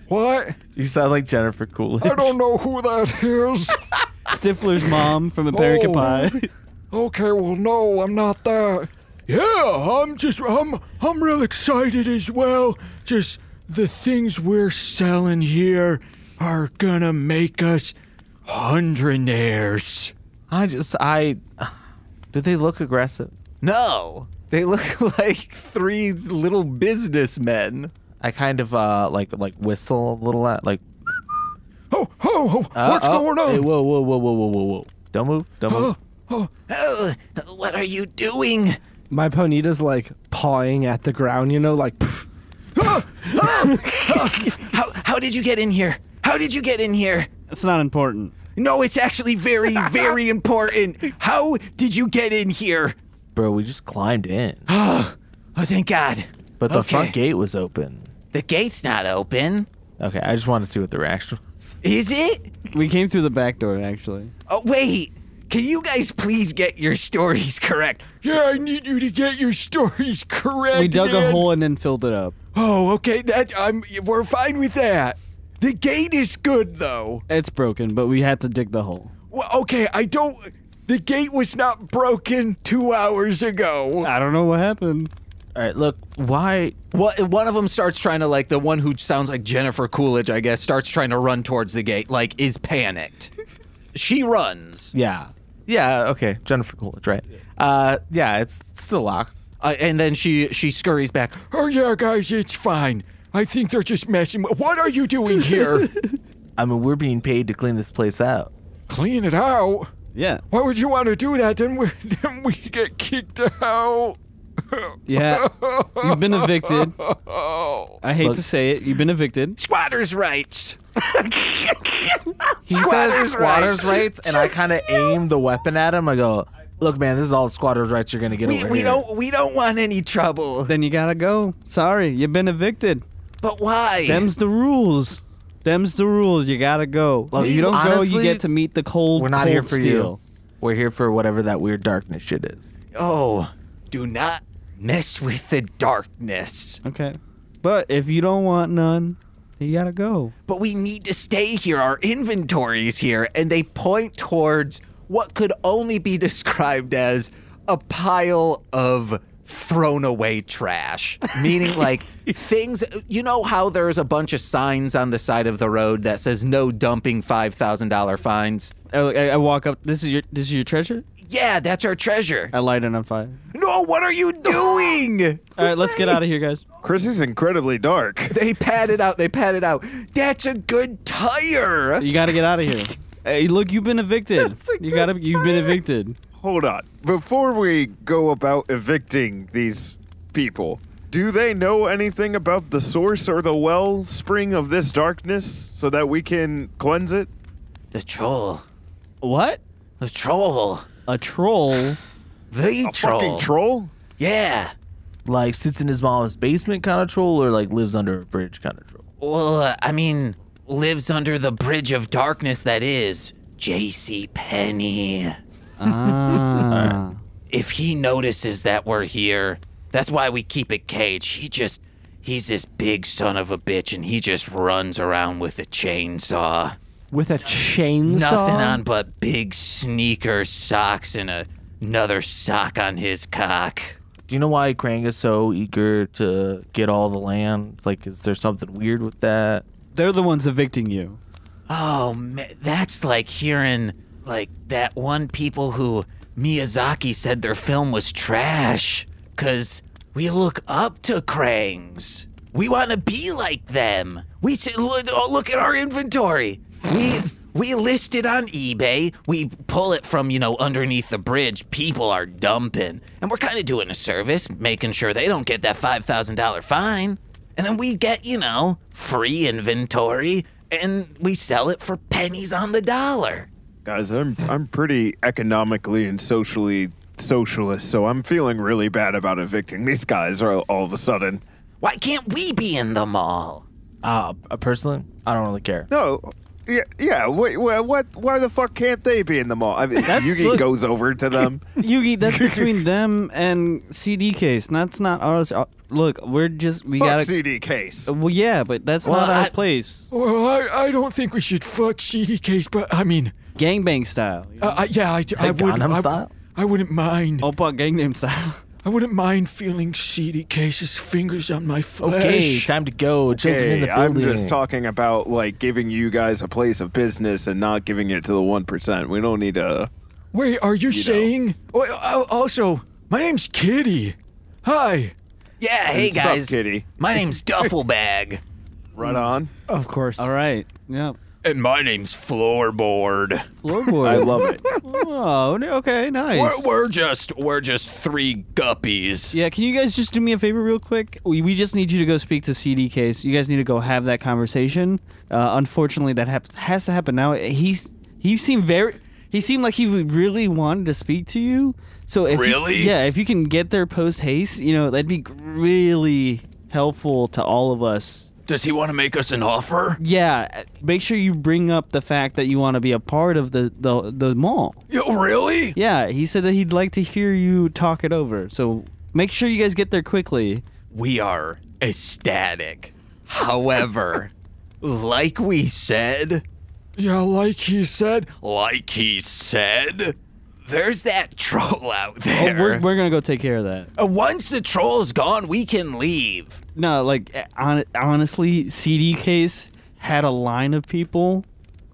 [SPEAKER 6] What?
[SPEAKER 4] you sound like Jennifer Coolidge.
[SPEAKER 6] I don't know who that is.
[SPEAKER 2] Stifler's mom from American
[SPEAKER 6] Oh.
[SPEAKER 2] Pie.
[SPEAKER 6] Okay, well, no, I'm not that. Yeah, I'm just, I'm, I'm real excited as well. Just the things we're selling here are gonna make us hundredaires.
[SPEAKER 4] I just, I. Did they look aggressive?
[SPEAKER 1] No, they look like three little businessmen.
[SPEAKER 4] I kind of uh like like whistle a little at like.
[SPEAKER 6] Oh, oh, oh
[SPEAKER 4] uh,
[SPEAKER 6] what's
[SPEAKER 4] oh,
[SPEAKER 6] going
[SPEAKER 4] hey,
[SPEAKER 6] on?
[SPEAKER 4] whoa, whoa, whoa, whoa, whoa, whoa, whoa! Don't move! Don't move!
[SPEAKER 6] Oh, oh,
[SPEAKER 1] Oh, what are you doing?
[SPEAKER 3] My Ponita's like pawing at the ground, you know, like pff,
[SPEAKER 1] How, how did you get in here? How did you get in here?
[SPEAKER 2] It's not important.
[SPEAKER 1] No, it's actually very, very important. How did you get in here?
[SPEAKER 4] Bro, we just climbed in,
[SPEAKER 1] Oh, oh thank God.
[SPEAKER 4] but the
[SPEAKER 1] Okay.
[SPEAKER 4] front gate was open.
[SPEAKER 1] The gate's not open.
[SPEAKER 4] Okay, I just wanted to see what the reaction was.
[SPEAKER 1] Is it?
[SPEAKER 2] We came through the back door actually.
[SPEAKER 1] Oh, wait. Can you guys please get your stories correct?
[SPEAKER 6] yeah, I need you to get your stories correct.
[SPEAKER 2] We dug a
[SPEAKER 6] man.
[SPEAKER 2] hole and then filled it up.
[SPEAKER 6] Oh, okay, that, I'm, we're fine with that. The gate is good, though.
[SPEAKER 2] It's broken, but we had to dig the hole.
[SPEAKER 6] Well, okay, I don't, the gate was not broken two hours ago.
[SPEAKER 2] I don't know what happened.
[SPEAKER 4] All right, look, why?
[SPEAKER 1] What, one of them starts trying to, like, the one who sounds like Jennifer Coolidge, I guess, starts trying to run towards the gate, like, is panicked. she runs.
[SPEAKER 4] Yeah, yeah, okay, Jennifer Coolidge, right? Uh, yeah, it's still locked.
[SPEAKER 1] Uh, and then she, she scurries back.
[SPEAKER 6] Oh yeah, guys, it's fine. I think they're just messing. with- What are you doing here?
[SPEAKER 4] I mean, we're being paid to clean this place out.
[SPEAKER 6] Clean it out.
[SPEAKER 2] Yeah.
[SPEAKER 6] Why would you want to do that? Then we then we get kicked out.
[SPEAKER 2] Yeah. You've been evicted.
[SPEAKER 6] Oh,
[SPEAKER 2] I hate
[SPEAKER 4] Look-
[SPEAKER 2] to say it. You've been evicted.
[SPEAKER 1] Squatter's rights.
[SPEAKER 4] He says squatters' rights, and I kind of aim the weapon at him. I go, "Look, man, this is all squatters' rights. You're gonna get
[SPEAKER 1] We,
[SPEAKER 4] over
[SPEAKER 1] we
[SPEAKER 4] here."
[SPEAKER 1] don't we don't want any trouble.
[SPEAKER 2] Then you gotta go. Sorry, you've been evicted.
[SPEAKER 1] But why?
[SPEAKER 2] Them's the rules. Them's the rules. You gotta go.
[SPEAKER 4] Look,
[SPEAKER 2] if you don't go, you
[SPEAKER 4] honestly,
[SPEAKER 2] get to meet the cold.
[SPEAKER 4] We're not
[SPEAKER 2] cold
[SPEAKER 4] here for
[SPEAKER 2] steel.
[SPEAKER 4] you. We're here for whatever that weird darkness shit is.
[SPEAKER 1] Oh, do not mess with the darkness.
[SPEAKER 2] you. Okay. But if you don't want none, you gotta go.
[SPEAKER 1] but we need to stay here. Our inventory's here. And they point towards what could only be described as a pile of thrown away trash, meaning like things. You know how there's a bunch of signs on the side of the road that says no dumping $5,000 fines?
[SPEAKER 2] I, I- I walk up. This is your this is your treasure.
[SPEAKER 1] Yeah, that's our treasure.
[SPEAKER 2] I light it on fire.
[SPEAKER 1] No, what are you doing?
[SPEAKER 2] All right, let's get out of here, guys.
[SPEAKER 5] Chris is incredibly dark.
[SPEAKER 1] They pat it out. They pat it out. That's a good tire.
[SPEAKER 2] You gotta get out of here. Hey, look, you've been evicted. You gotta. You've been evicted.
[SPEAKER 5] Hold on. Before we go about evicting these people, do they know anything about the source or the wellspring of this darkness so that we can cleanse it?
[SPEAKER 1] The troll.
[SPEAKER 2] What?
[SPEAKER 1] The troll.
[SPEAKER 2] A troll?
[SPEAKER 1] The
[SPEAKER 5] A
[SPEAKER 1] troll.
[SPEAKER 5] fucking troll?
[SPEAKER 1] Yeah.
[SPEAKER 4] Like sits in his mom's basement kind of troll, or like lives under a bridge kind of troll.
[SPEAKER 1] Well, uh, I mean, lives under the bridge of darkness that is J.C. Penny.
[SPEAKER 2] Ah.
[SPEAKER 1] If he notices that we're here, that's why we keep it caged. He just, he's this big son of a bitch, and he just runs around with a chainsaw.
[SPEAKER 3] With a chainsaw.
[SPEAKER 1] Nothing on but big sneaker socks and a, another sock on his cock.
[SPEAKER 4] Do you know why Krang is so eager to get all the land? Like, is there something weird with that?
[SPEAKER 2] They're the ones evicting you.
[SPEAKER 1] Oh, ma that's like hearing like that one people who Miyazaki said their film was trash cuz we look up to Krangs. We want to be like them. We s- look, oh, look at our inventory. We we list it on eBay. We pull it from, you know, underneath the bridge. People are dumping. And we're kind of doing a service, making sure they don't get that $5,000 fine. And then we get, you know, free inventory and we sell it for pennies on the dollar.
[SPEAKER 5] Guys, I'm I'm pretty economically and socially socialist, so I'm feeling really bad about evicting these guys all, all of a sudden.
[SPEAKER 1] Why can't we be in the mall?
[SPEAKER 4] Uh, personally, I don't really care.
[SPEAKER 5] No. Yeah, yeah. Wait, wha- what? Why the fuck can't they be in the mall? I mean,
[SPEAKER 2] That's
[SPEAKER 5] Yugi
[SPEAKER 2] look-
[SPEAKER 5] goes over to them.
[SPEAKER 2] Yugi, that's between them and CD case. That's not ours. Uh, Look, we're just we
[SPEAKER 5] fuck
[SPEAKER 2] gotta. uh,
[SPEAKER 5] CD case.
[SPEAKER 2] well, yeah, but that's not
[SPEAKER 1] Well,
[SPEAKER 2] our
[SPEAKER 1] I-
[SPEAKER 2] place.
[SPEAKER 6] Well, I, I don't think we should fuck CD case, but I mean,
[SPEAKER 2] Gangbang style.
[SPEAKER 6] uh, I, yeah, I, I would.
[SPEAKER 4] Gangnam
[SPEAKER 6] I,
[SPEAKER 4] style? Oh.
[SPEAKER 6] I wouldn't mind.
[SPEAKER 2] Opa Oh, Gangnam style.
[SPEAKER 6] I wouldn't mind feeling CD case's fingers on my
[SPEAKER 4] Okay,
[SPEAKER 6] flesh.
[SPEAKER 4] time to go. Children in the
[SPEAKER 5] Hey, I'm
[SPEAKER 4] building.
[SPEAKER 5] just talking about like giving you guys a place of business and not giving it to the one percent. We don't need a.
[SPEAKER 6] Wait, are you, saying? Oh, al- also, my name's Kitty. Hi.
[SPEAKER 1] Yeah, hey
[SPEAKER 5] Sup,
[SPEAKER 1] guys.
[SPEAKER 5] kitty?
[SPEAKER 1] My name's Duffelbag.
[SPEAKER 5] Right on.
[SPEAKER 3] Of course.
[SPEAKER 2] All right. Yep.
[SPEAKER 1] and my name's Floorboard.
[SPEAKER 2] Floorboard.
[SPEAKER 5] I love it.
[SPEAKER 2] Oh, okay, nice.
[SPEAKER 1] We're, we're just we're just three guppies.
[SPEAKER 2] Yeah, can you guys just do me a favor real quick? We, we just need you to go speak to CD Case. You guys need to go have that conversation. Uh, unfortunately, that hap- has to happen now. He's he seemed very he seemed like he really wanted to speak to you. So if you-
[SPEAKER 1] Really?
[SPEAKER 2] yeah, if you can get there post haste, you know that'd be really helpful to all of us.
[SPEAKER 1] Does he want to make us an offer?
[SPEAKER 2] Yeah, make sure you bring up the fact that you want to be a part of the the, the mall.
[SPEAKER 1] Yo, really?
[SPEAKER 2] Yeah, he said that he'd like to hear you talk it over. So make sure you guys get there quickly.
[SPEAKER 1] We are ecstatic. However, like we said,
[SPEAKER 6] Yeah, like he said.
[SPEAKER 1] like he said, there's that troll out
[SPEAKER 2] Oh,
[SPEAKER 1] there.
[SPEAKER 2] we're, we're gonna go take care of that.
[SPEAKER 1] Uh, Once the troll's gone, we can leave.
[SPEAKER 2] No, like on, honestly, CD case had a line of people,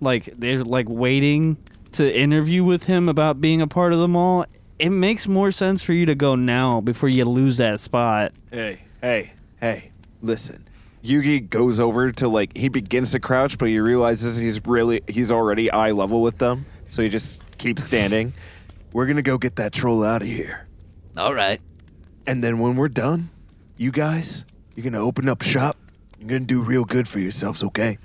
[SPEAKER 2] like they're like waiting to interview with him about being a part of the mall. It makes more sense for you to go now before you lose that spot.
[SPEAKER 5] Hey, hey, hey, listen. Yugi goes over to like he begins to crouch, but he realizes he's really he's already eye level with them, so he just keeps standing. We're gonna go get that troll out of here.
[SPEAKER 1] All right.
[SPEAKER 5] And then when we're done, you guys, you're gonna open up shop. You're gonna do real good for yourselves, okay?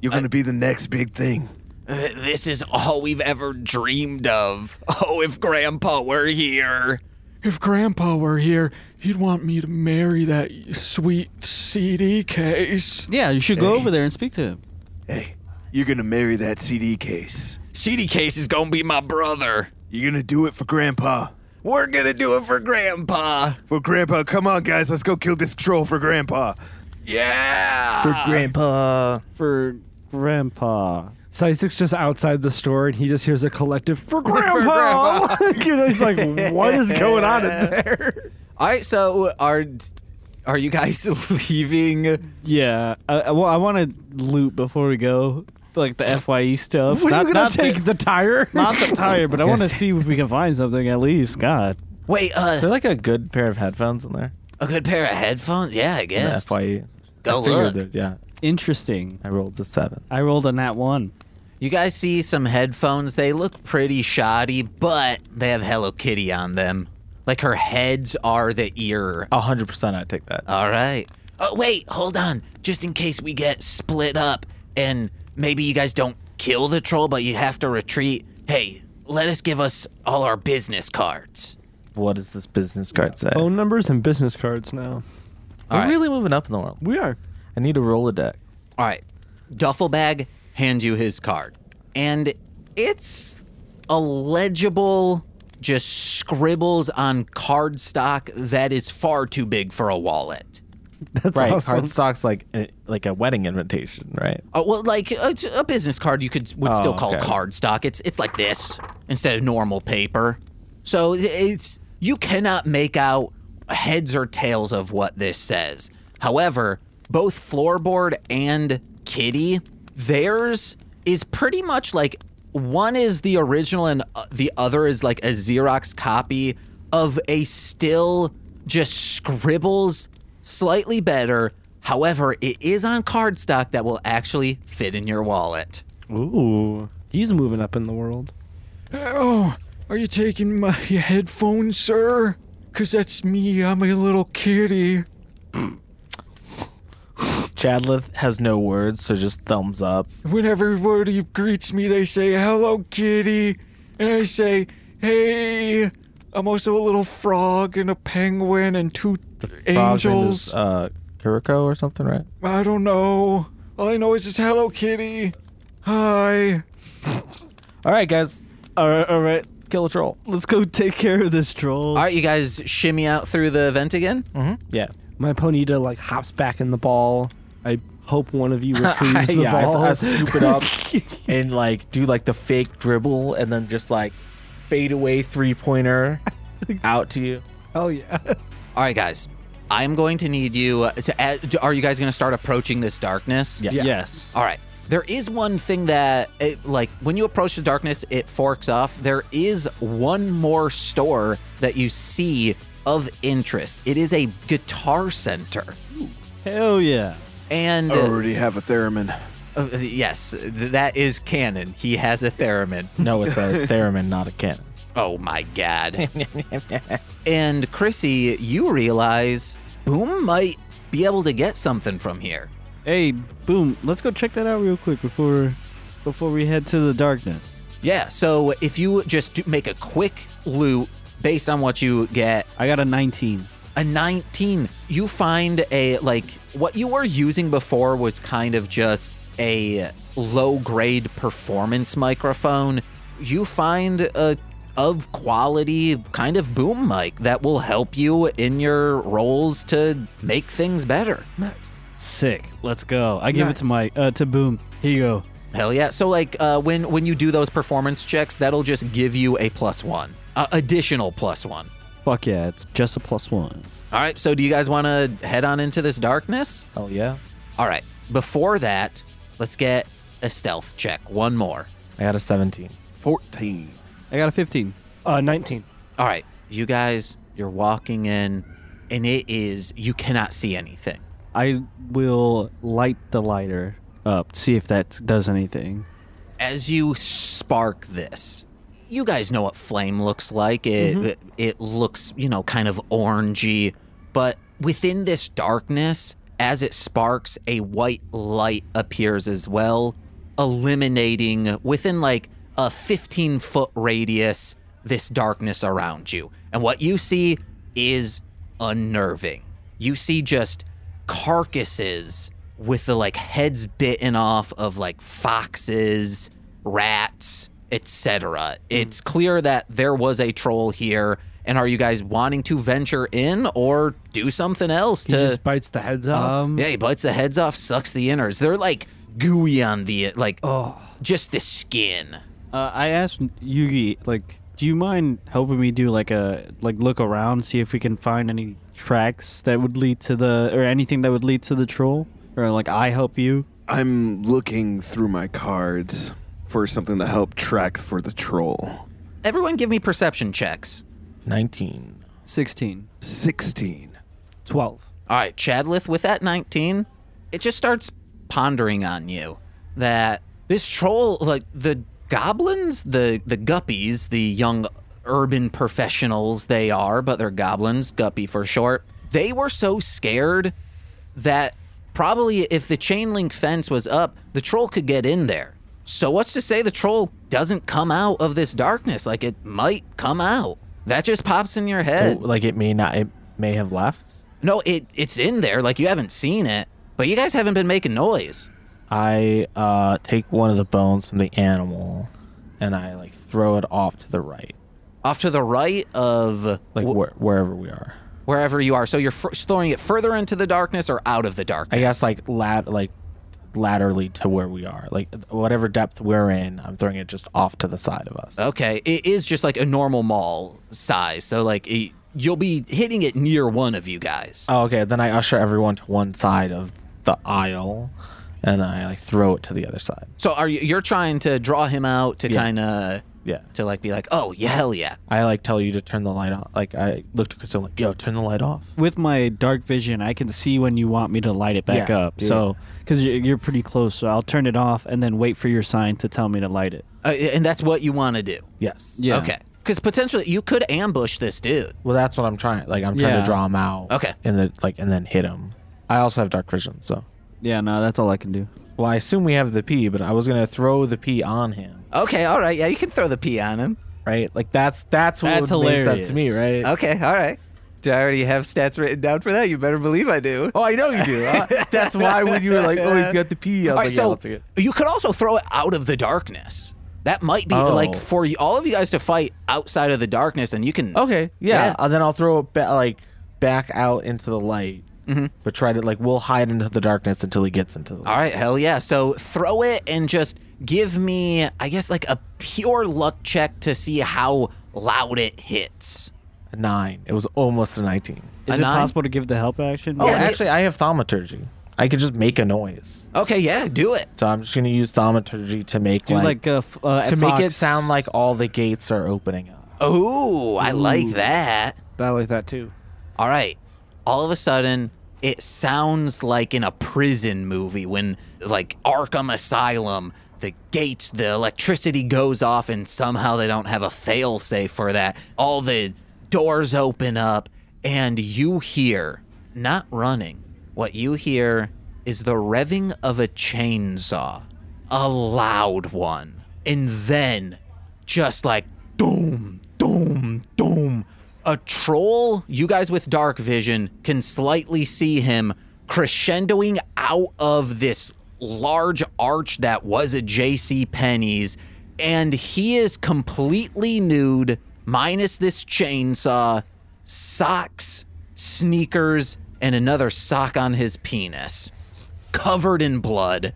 [SPEAKER 5] You're gonna be the next big thing.
[SPEAKER 1] Uh, This is all we've ever dreamed of. Oh, if Grandpa were here.
[SPEAKER 6] If Grandpa were here, he'd want me to marry that sweet CD case.
[SPEAKER 2] Yeah, you should go over there and speak to him.
[SPEAKER 5] Hey, you're gonna marry that CD case.
[SPEAKER 1] CD Case is gonna be my brother.
[SPEAKER 5] You're gonna do it for Grandpa.
[SPEAKER 1] We're gonna do it for Grandpa.
[SPEAKER 5] For Grandpa, come on, guys, let's go kill this troll for Grandpa.
[SPEAKER 1] Yeah.
[SPEAKER 4] Grandpa.
[SPEAKER 2] for Grandpa.
[SPEAKER 3] Isaac's just outside the store and he just hears a collective for grandpa. you know, he's like, what is going on in there?
[SPEAKER 1] All right. So uh, are are you guys leaving?
[SPEAKER 2] Yeah. I, I- well, I want to loot before we go, like the Fye stuff.
[SPEAKER 3] What
[SPEAKER 2] not,
[SPEAKER 3] are you gonna
[SPEAKER 2] not
[SPEAKER 3] take the
[SPEAKER 2] The,
[SPEAKER 3] tire?
[SPEAKER 2] not the tire, but I want to
[SPEAKER 1] Yes.
[SPEAKER 2] see if we can find something at least. God.
[SPEAKER 1] Wait. Uh,
[SPEAKER 4] Is there like a good pair of headphones in there?
[SPEAKER 1] a good pair of headphones. Yeah, I
[SPEAKER 4] In the
[SPEAKER 1] guess.
[SPEAKER 4] FYE.
[SPEAKER 1] Go
[SPEAKER 4] E. I figured
[SPEAKER 1] look.
[SPEAKER 4] that- yeah,
[SPEAKER 2] Interesting.
[SPEAKER 4] I rolled the seven.
[SPEAKER 2] I rolled a nat one.
[SPEAKER 1] You guys see some headphones. They look pretty shoddy, but they have Hello Kitty on them. Like her heads are the ear.
[SPEAKER 4] A hundred percent, I take
[SPEAKER 3] Uh,
[SPEAKER 4] that.
[SPEAKER 1] All right. Oh, wait, hold on. Just in case we get split up and maybe you guys don't kill the troll, but you have to retreat. Hey, let us give us all our business cards.
[SPEAKER 4] What does this business card say?
[SPEAKER 3] Phone numbers and business cards
[SPEAKER 1] All
[SPEAKER 3] now.
[SPEAKER 4] We're
[SPEAKER 1] right.
[SPEAKER 4] really moving up in the world.
[SPEAKER 3] We are.
[SPEAKER 4] I need a Rolodex.
[SPEAKER 1] All right. Duffel bag hands you his card. And it's a legible, just scribbles on cardstock that is far too big for a wallet.
[SPEAKER 3] That's
[SPEAKER 4] right,
[SPEAKER 3] awesome.
[SPEAKER 4] cardstock's like a, like a wedding invitation, right?
[SPEAKER 1] Uh, well, like a, a business card, you could would
[SPEAKER 4] Oh,
[SPEAKER 1] still call
[SPEAKER 4] okay.
[SPEAKER 1] cardstock. It's it's like this instead of normal paper. So it's you cannot make out heads or tails of what this says. However, both floorboard and kitty, theirs is pretty much like one is the original and uh, the other is like a Xerox copy of a still just scribbles slightly better. However, it is on cardstock that will actually fit in your wallet.
[SPEAKER 3] Ooh, he's moving up in the world.
[SPEAKER 6] Oh, are you taking my headphones, sir? Cause that's me. I'm a little kitty.
[SPEAKER 4] Chadlith has no words, so just thumbs up.
[SPEAKER 6] When everybody greets me, they say "Hello, kitty," and I say "Hey." I'm also a little frog and a penguin and two
[SPEAKER 4] Frog's name
[SPEAKER 6] angels.
[SPEAKER 4] is, uh, Kuriko or something, right?
[SPEAKER 6] I don't know. All I know is it's Hello Kitty. Hi.
[SPEAKER 4] All right, guys,
[SPEAKER 2] All right, all right.
[SPEAKER 4] kill a troll.
[SPEAKER 2] Let's go take care of this troll.
[SPEAKER 1] All right, you guys shimmy out through the vent again.
[SPEAKER 4] Yeah,
[SPEAKER 3] My Ponita like hops back in the ball. I hope one of you retrieves the
[SPEAKER 4] yeah. I,
[SPEAKER 3] ball.
[SPEAKER 4] I scoop it up and like do like the fake dribble, and then just like fade away three pointer out to you.
[SPEAKER 3] Hell yeah.
[SPEAKER 1] All right, guys. I'm going to need you uh, to. add- Are you guys going to start approaching this darkness?
[SPEAKER 4] Yeah.
[SPEAKER 2] Yes.
[SPEAKER 1] All right. There is one thing that, it, like, when you approach the darkness, it forks off. There is one more store that you see of interest. It is a guitar center,
[SPEAKER 2] Hell yeah.
[SPEAKER 1] and
[SPEAKER 5] I
[SPEAKER 1] uh,
[SPEAKER 5] already have a theremin.
[SPEAKER 1] uh, yes, th- that is canon. He has a theremin.
[SPEAKER 4] No, it's a theremin, not a cannon.
[SPEAKER 1] Oh my god. and Chrissy, you realize Boom might be able to get something from here.
[SPEAKER 2] Hey, boom. Let's go check that out real quick before before we head to the darkness.
[SPEAKER 1] Yeah, so if you just do make a quick loot based on what you get,
[SPEAKER 2] I got a 19.
[SPEAKER 1] a 19, you find a, like, what you were using before was kind of just a low grade performance microphone. You find a of quality kind of boom mic that will help you in your roles to make things better.
[SPEAKER 3] nice.
[SPEAKER 2] Sick. Let's go. I give it
[SPEAKER 3] Nice.
[SPEAKER 2] to Mike. Uh, to boom. Here you go.
[SPEAKER 1] Hell yeah! So like uh, when when you do those performance checks, that'll just give you a plus one, uh, additional plus one.
[SPEAKER 2] Fuck yeah. It's just a plus one.
[SPEAKER 1] All right. So do you guys want to head on into this darkness?
[SPEAKER 4] Oh yeah,
[SPEAKER 1] All right. Before that, let's get a stealth check. One more.
[SPEAKER 4] I got a seventeen.
[SPEAKER 5] 14.
[SPEAKER 2] I got a 15.
[SPEAKER 3] Uh, 19.
[SPEAKER 1] All right. You guys, you're walking in, and it is you cannot see anything.
[SPEAKER 2] I will light the lighter up, see if that does anything.
[SPEAKER 1] as you spark this, you guys know what flame looks like. It it, it looks, you know, kind of orangey, but within this darkness, as it sparks, a white light appears as well, eliminating within like a 15 foot radius this darkness around you. And what you see is unnerving. You see just carcasses with the like heads bitten off of like foxes, rats, etc. It's clear that there was a troll here And are you guys wanting to venture in or do something else
[SPEAKER 3] He
[SPEAKER 1] to
[SPEAKER 3] just bites the heads off.
[SPEAKER 2] Um,
[SPEAKER 1] yeah, he bites the heads off, sucks the innards. They're like gooey on the like just the skin.
[SPEAKER 2] uh, I asked Yugi, like, do you mind helping me do like a like look around, see if we can find any tracks that would lead to the or anything that would lead to the troll, or like I help you.
[SPEAKER 5] I'm looking through my cards for something to help track for the troll.
[SPEAKER 1] Everyone give me perception checks.
[SPEAKER 4] 19.
[SPEAKER 2] Sixteen.
[SPEAKER 5] 16.
[SPEAKER 3] Twelve.
[SPEAKER 1] All right, Chadlith, with that 19, it just starts pondering on you that this troll, like the goblins, the, the guppies, the young urban professionals they are, but they're goblins, guppy for short, they were so scared that probably if the chain link fence was up, the troll could get in there. So what's to say the troll doesn't come out of this darkness? Like it might come out. That just pops in your
[SPEAKER 4] So,
[SPEAKER 1] head.
[SPEAKER 4] like it may not, it may have left.
[SPEAKER 1] No, it it's in there. Like you haven't seen it, but you guys haven't been making noise.
[SPEAKER 4] I uh, take one of the bones from the animal and I like throw it off to the right,
[SPEAKER 1] Off to the right of
[SPEAKER 4] like
[SPEAKER 1] wh-
[SPEAKER 4] where wherever we are.
[SPEAKER 1] wherever you are. So you're f- throwing it further into the darkness or out of the darkness.
[SPEAKER 4] I guess like lat like laterally to where we are, like whatever depth we're in. I'm throwing it just off to the side of
[SPEAKER 2] Oh.
[SPEAKER 4] us.
[SPEAKER 1] Okay, it is just like a normal mall size. So like it, you'll be hitting it near one of you guys.
[SPEAKER 4] Oh, okay. Then I usher everyone to one side of the aisle, and I like throw it to the other side.
[SPEAKER 1] So are you? You're trying to draw him out to kind of
[SPEAKER 4] Yeah.
[SPEAKER 1] to like be like, oh yeah, hell yeah.
[SPEAKER 4] I like tell you to turn the light off. Like I look to Chris, I'm like, "Yo, turn the light off."
[SPEAKER 2] With my dark vision, I can see when you want me to light it back
[SPEAKER 4] Yeah,
[SPEAKER 2] up.
[SPEAKER 4] yeah.
[SPEAKER 2] So, because you're, you're pretty close, so I'll turn it off and then wait for your sign to tell me to light it.
[SPEAKER 1] Uh, and that's what you want to do.
[SPEAKER 4] Yes.
[SPEAKER 2] Yeah.
[SPEAKER 1] Okay, because potentially you could ambush this dude.
[SPEAKER 4] Well, that's what I'm trying. Like I'm trying
[SPEAKER 2] Yeah.
[SPEAKER 4] to draw him out.
[SPEAKER 1] Okay.
[SPEAKER 4] And then like and then hit him. I also have dark vision, so.
[SPEAKER 2] Yeah, no, that's all I can do.
[SPEAKER 4] Well, I assume we have the pee, but I was gonna throw the pee on him,
[SPEAKER 1] Okay, all right, yeah, you can throw the pee on him.
[SPEAKER 4] right? Like that's that's what
[SPEAKER 2] That's
[SPEAKER 4] would make sense to me,
[SPEAKER 2] hilarious.
[SPEAKER 4] right?
[SPEAKER 1] Okay, all right. Do I already have stats written down for that? You better believe I do.
[SPEAKER 4] Oh, I know you do. huh? that's why when you were like, "Oh, he's got the pee," I was
[SPEAKER 1] all right,
[SPEAKER 4] like, "Yeah, I'll
[SPEAKER 1] so
[SPEAKER 4] take it."
[SPEAKER 1] you could also throw it out of the darkness. That might be
[SPEAKER 4] Oh.
[SPEAKER 1] like for you, all of you guys to fight outside of the darkness, and you can.
[SPEAKER 4] Okay, yeah.
[SPEAKER 1] Yeah.
[SPEAKER 4] And then I'll throw it ba- like back out into the light, but try to like we'll hide into the darkness until he gets into the light.
[SPEAKER 1] All right, hell yeah. So throw it and just give me, I guess, like a pure luck check to see how loud it hits.
[SPEAKER 4] A Nine. It was almost a nineteen.
[SPEAKER 1] A
[SPEAKER 2] Is it
[SPEAKER 1] Uh, nine?
[SPEAKER 2] possible to give the help action?
[SPEAKER 4] Oh,
[SPEAKER 1] Yeah, it-
[SPEAKER 4] actually, I have thaumaturgy. I could just make a noise.
[SPEAKER 1] Okay, yeah, do it.
[SPEAKER 4] So I'm just gonna use thaumaturgy to make
[SPEAKER 2] do
[SPEAKER 4] like,
[SPEAKER 2] like, a f- uh,
[SPEAKER 4] to
[SPEAKER 2] a
[SPEAKER 4] make it
[SPEAKER 2] fox.
[SPEAKER 4] sound like all the gates are opening up.
[SPEAKER 1] Ooh, I like that.
[SPEAKER 3] I like that too.
[SPEAKER 1] all right, all of a sudden, it sounds like in a prison movie when, like, Arkham Asylum, the gates, the electricity goes off, and somehow they don't have a failsafe for that. All the doors open up, and you hear, not running, what you hear is the revving of a chainsaw, a loud one. And then, just like, doom, doom, doom, a troll, you guys with dark vision can slightly see him crescendoing out of this large arch that was a JC Penney's and he is completely nude minus this chainsaw, socks, sneakers and another sock on his penis. Covered in blood,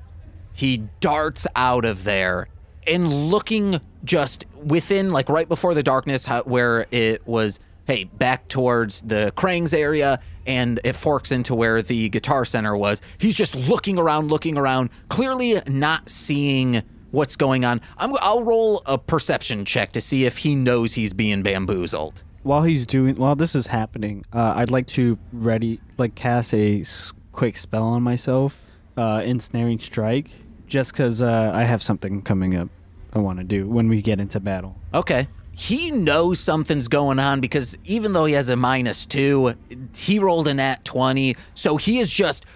[SPEAKER 1] he darts out of there and looking just within, like right before the darkness, how, where it was, hey, back towards the Krang's area and it forks into where the Guitar Center was. He's just looking around, looking around, clearly not seeing what's going on. I'm, I'll roll a perception check to see if he knows he's being bamboozled.
[SPEAKER 2] while he's doing while this is happening uh, i'd like to ready like cast a s- quick spell on myself uh, ensnaring strike just because uh, i have something coming up i want to do when we get into battle
[SPEAKER 1] Okay. He knows something's going on because even though he has a minus two, he rolled an at 20. So he is just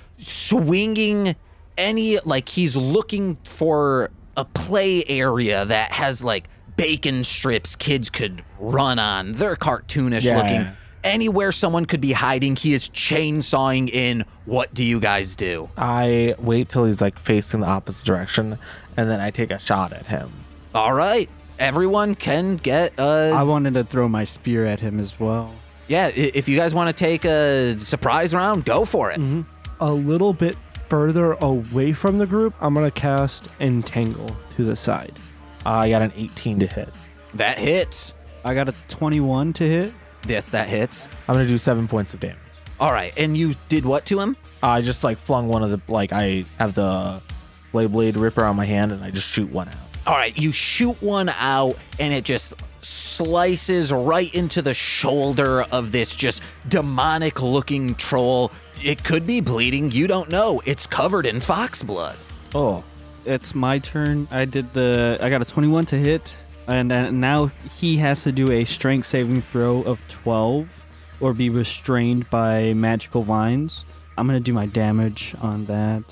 [SPEAKER 1] swinging any, like, he's looking for a play area that has, like, bacon strips kids could run on. They're cartoonish
[SPEAKER 4] Yeah.
[SPEAKER 1] looking. Anywhere someone could be hiding, he is chainsawing in. What do you guys do?
[SPEAKER 4] I wait till he's like facing the opposite direction, and then I take a shot at him.
[SPEAKER 1] All right. everyone can get a.
[SPEAKER 2] I wanted to throw my spear at him as well.
[SPEAKER 1] Yeah, i- if you guys want to take a surprise round, go for it.
[SPEAKER 3] a little bit further away from the group, I'm gonna cast Entangle to the side.
[SPEAKER 4] I got an 18 to hit.
[SPEAKER 1] That hits.
[SPEAKER 2] I got a 21 to hit.
[SPEAKER 1] Yes, that hits.
[SPEAKER 4] I'm gonna do seven points of damage.
[SPEAKER 1] All right, and you did what to him?
[SPEAKER 4] I just like flung one of the like I have the blade blade ripper on my hand and I just shoot one out.
[SPEAKER 1] All right, you shoot one out and it just slices right into the shoulder of this just demonic looking troll. It could be bleeding, you don't know. It's covered in fox blood.
[SPEAKER 4] Oh,
[SPEAKER 2] It's my turn. I did the. I got a 21 to hit, and uh, now he has to do a strength saving throw of 12, or be restrained by magical vines. I'm gonna do my damage on that.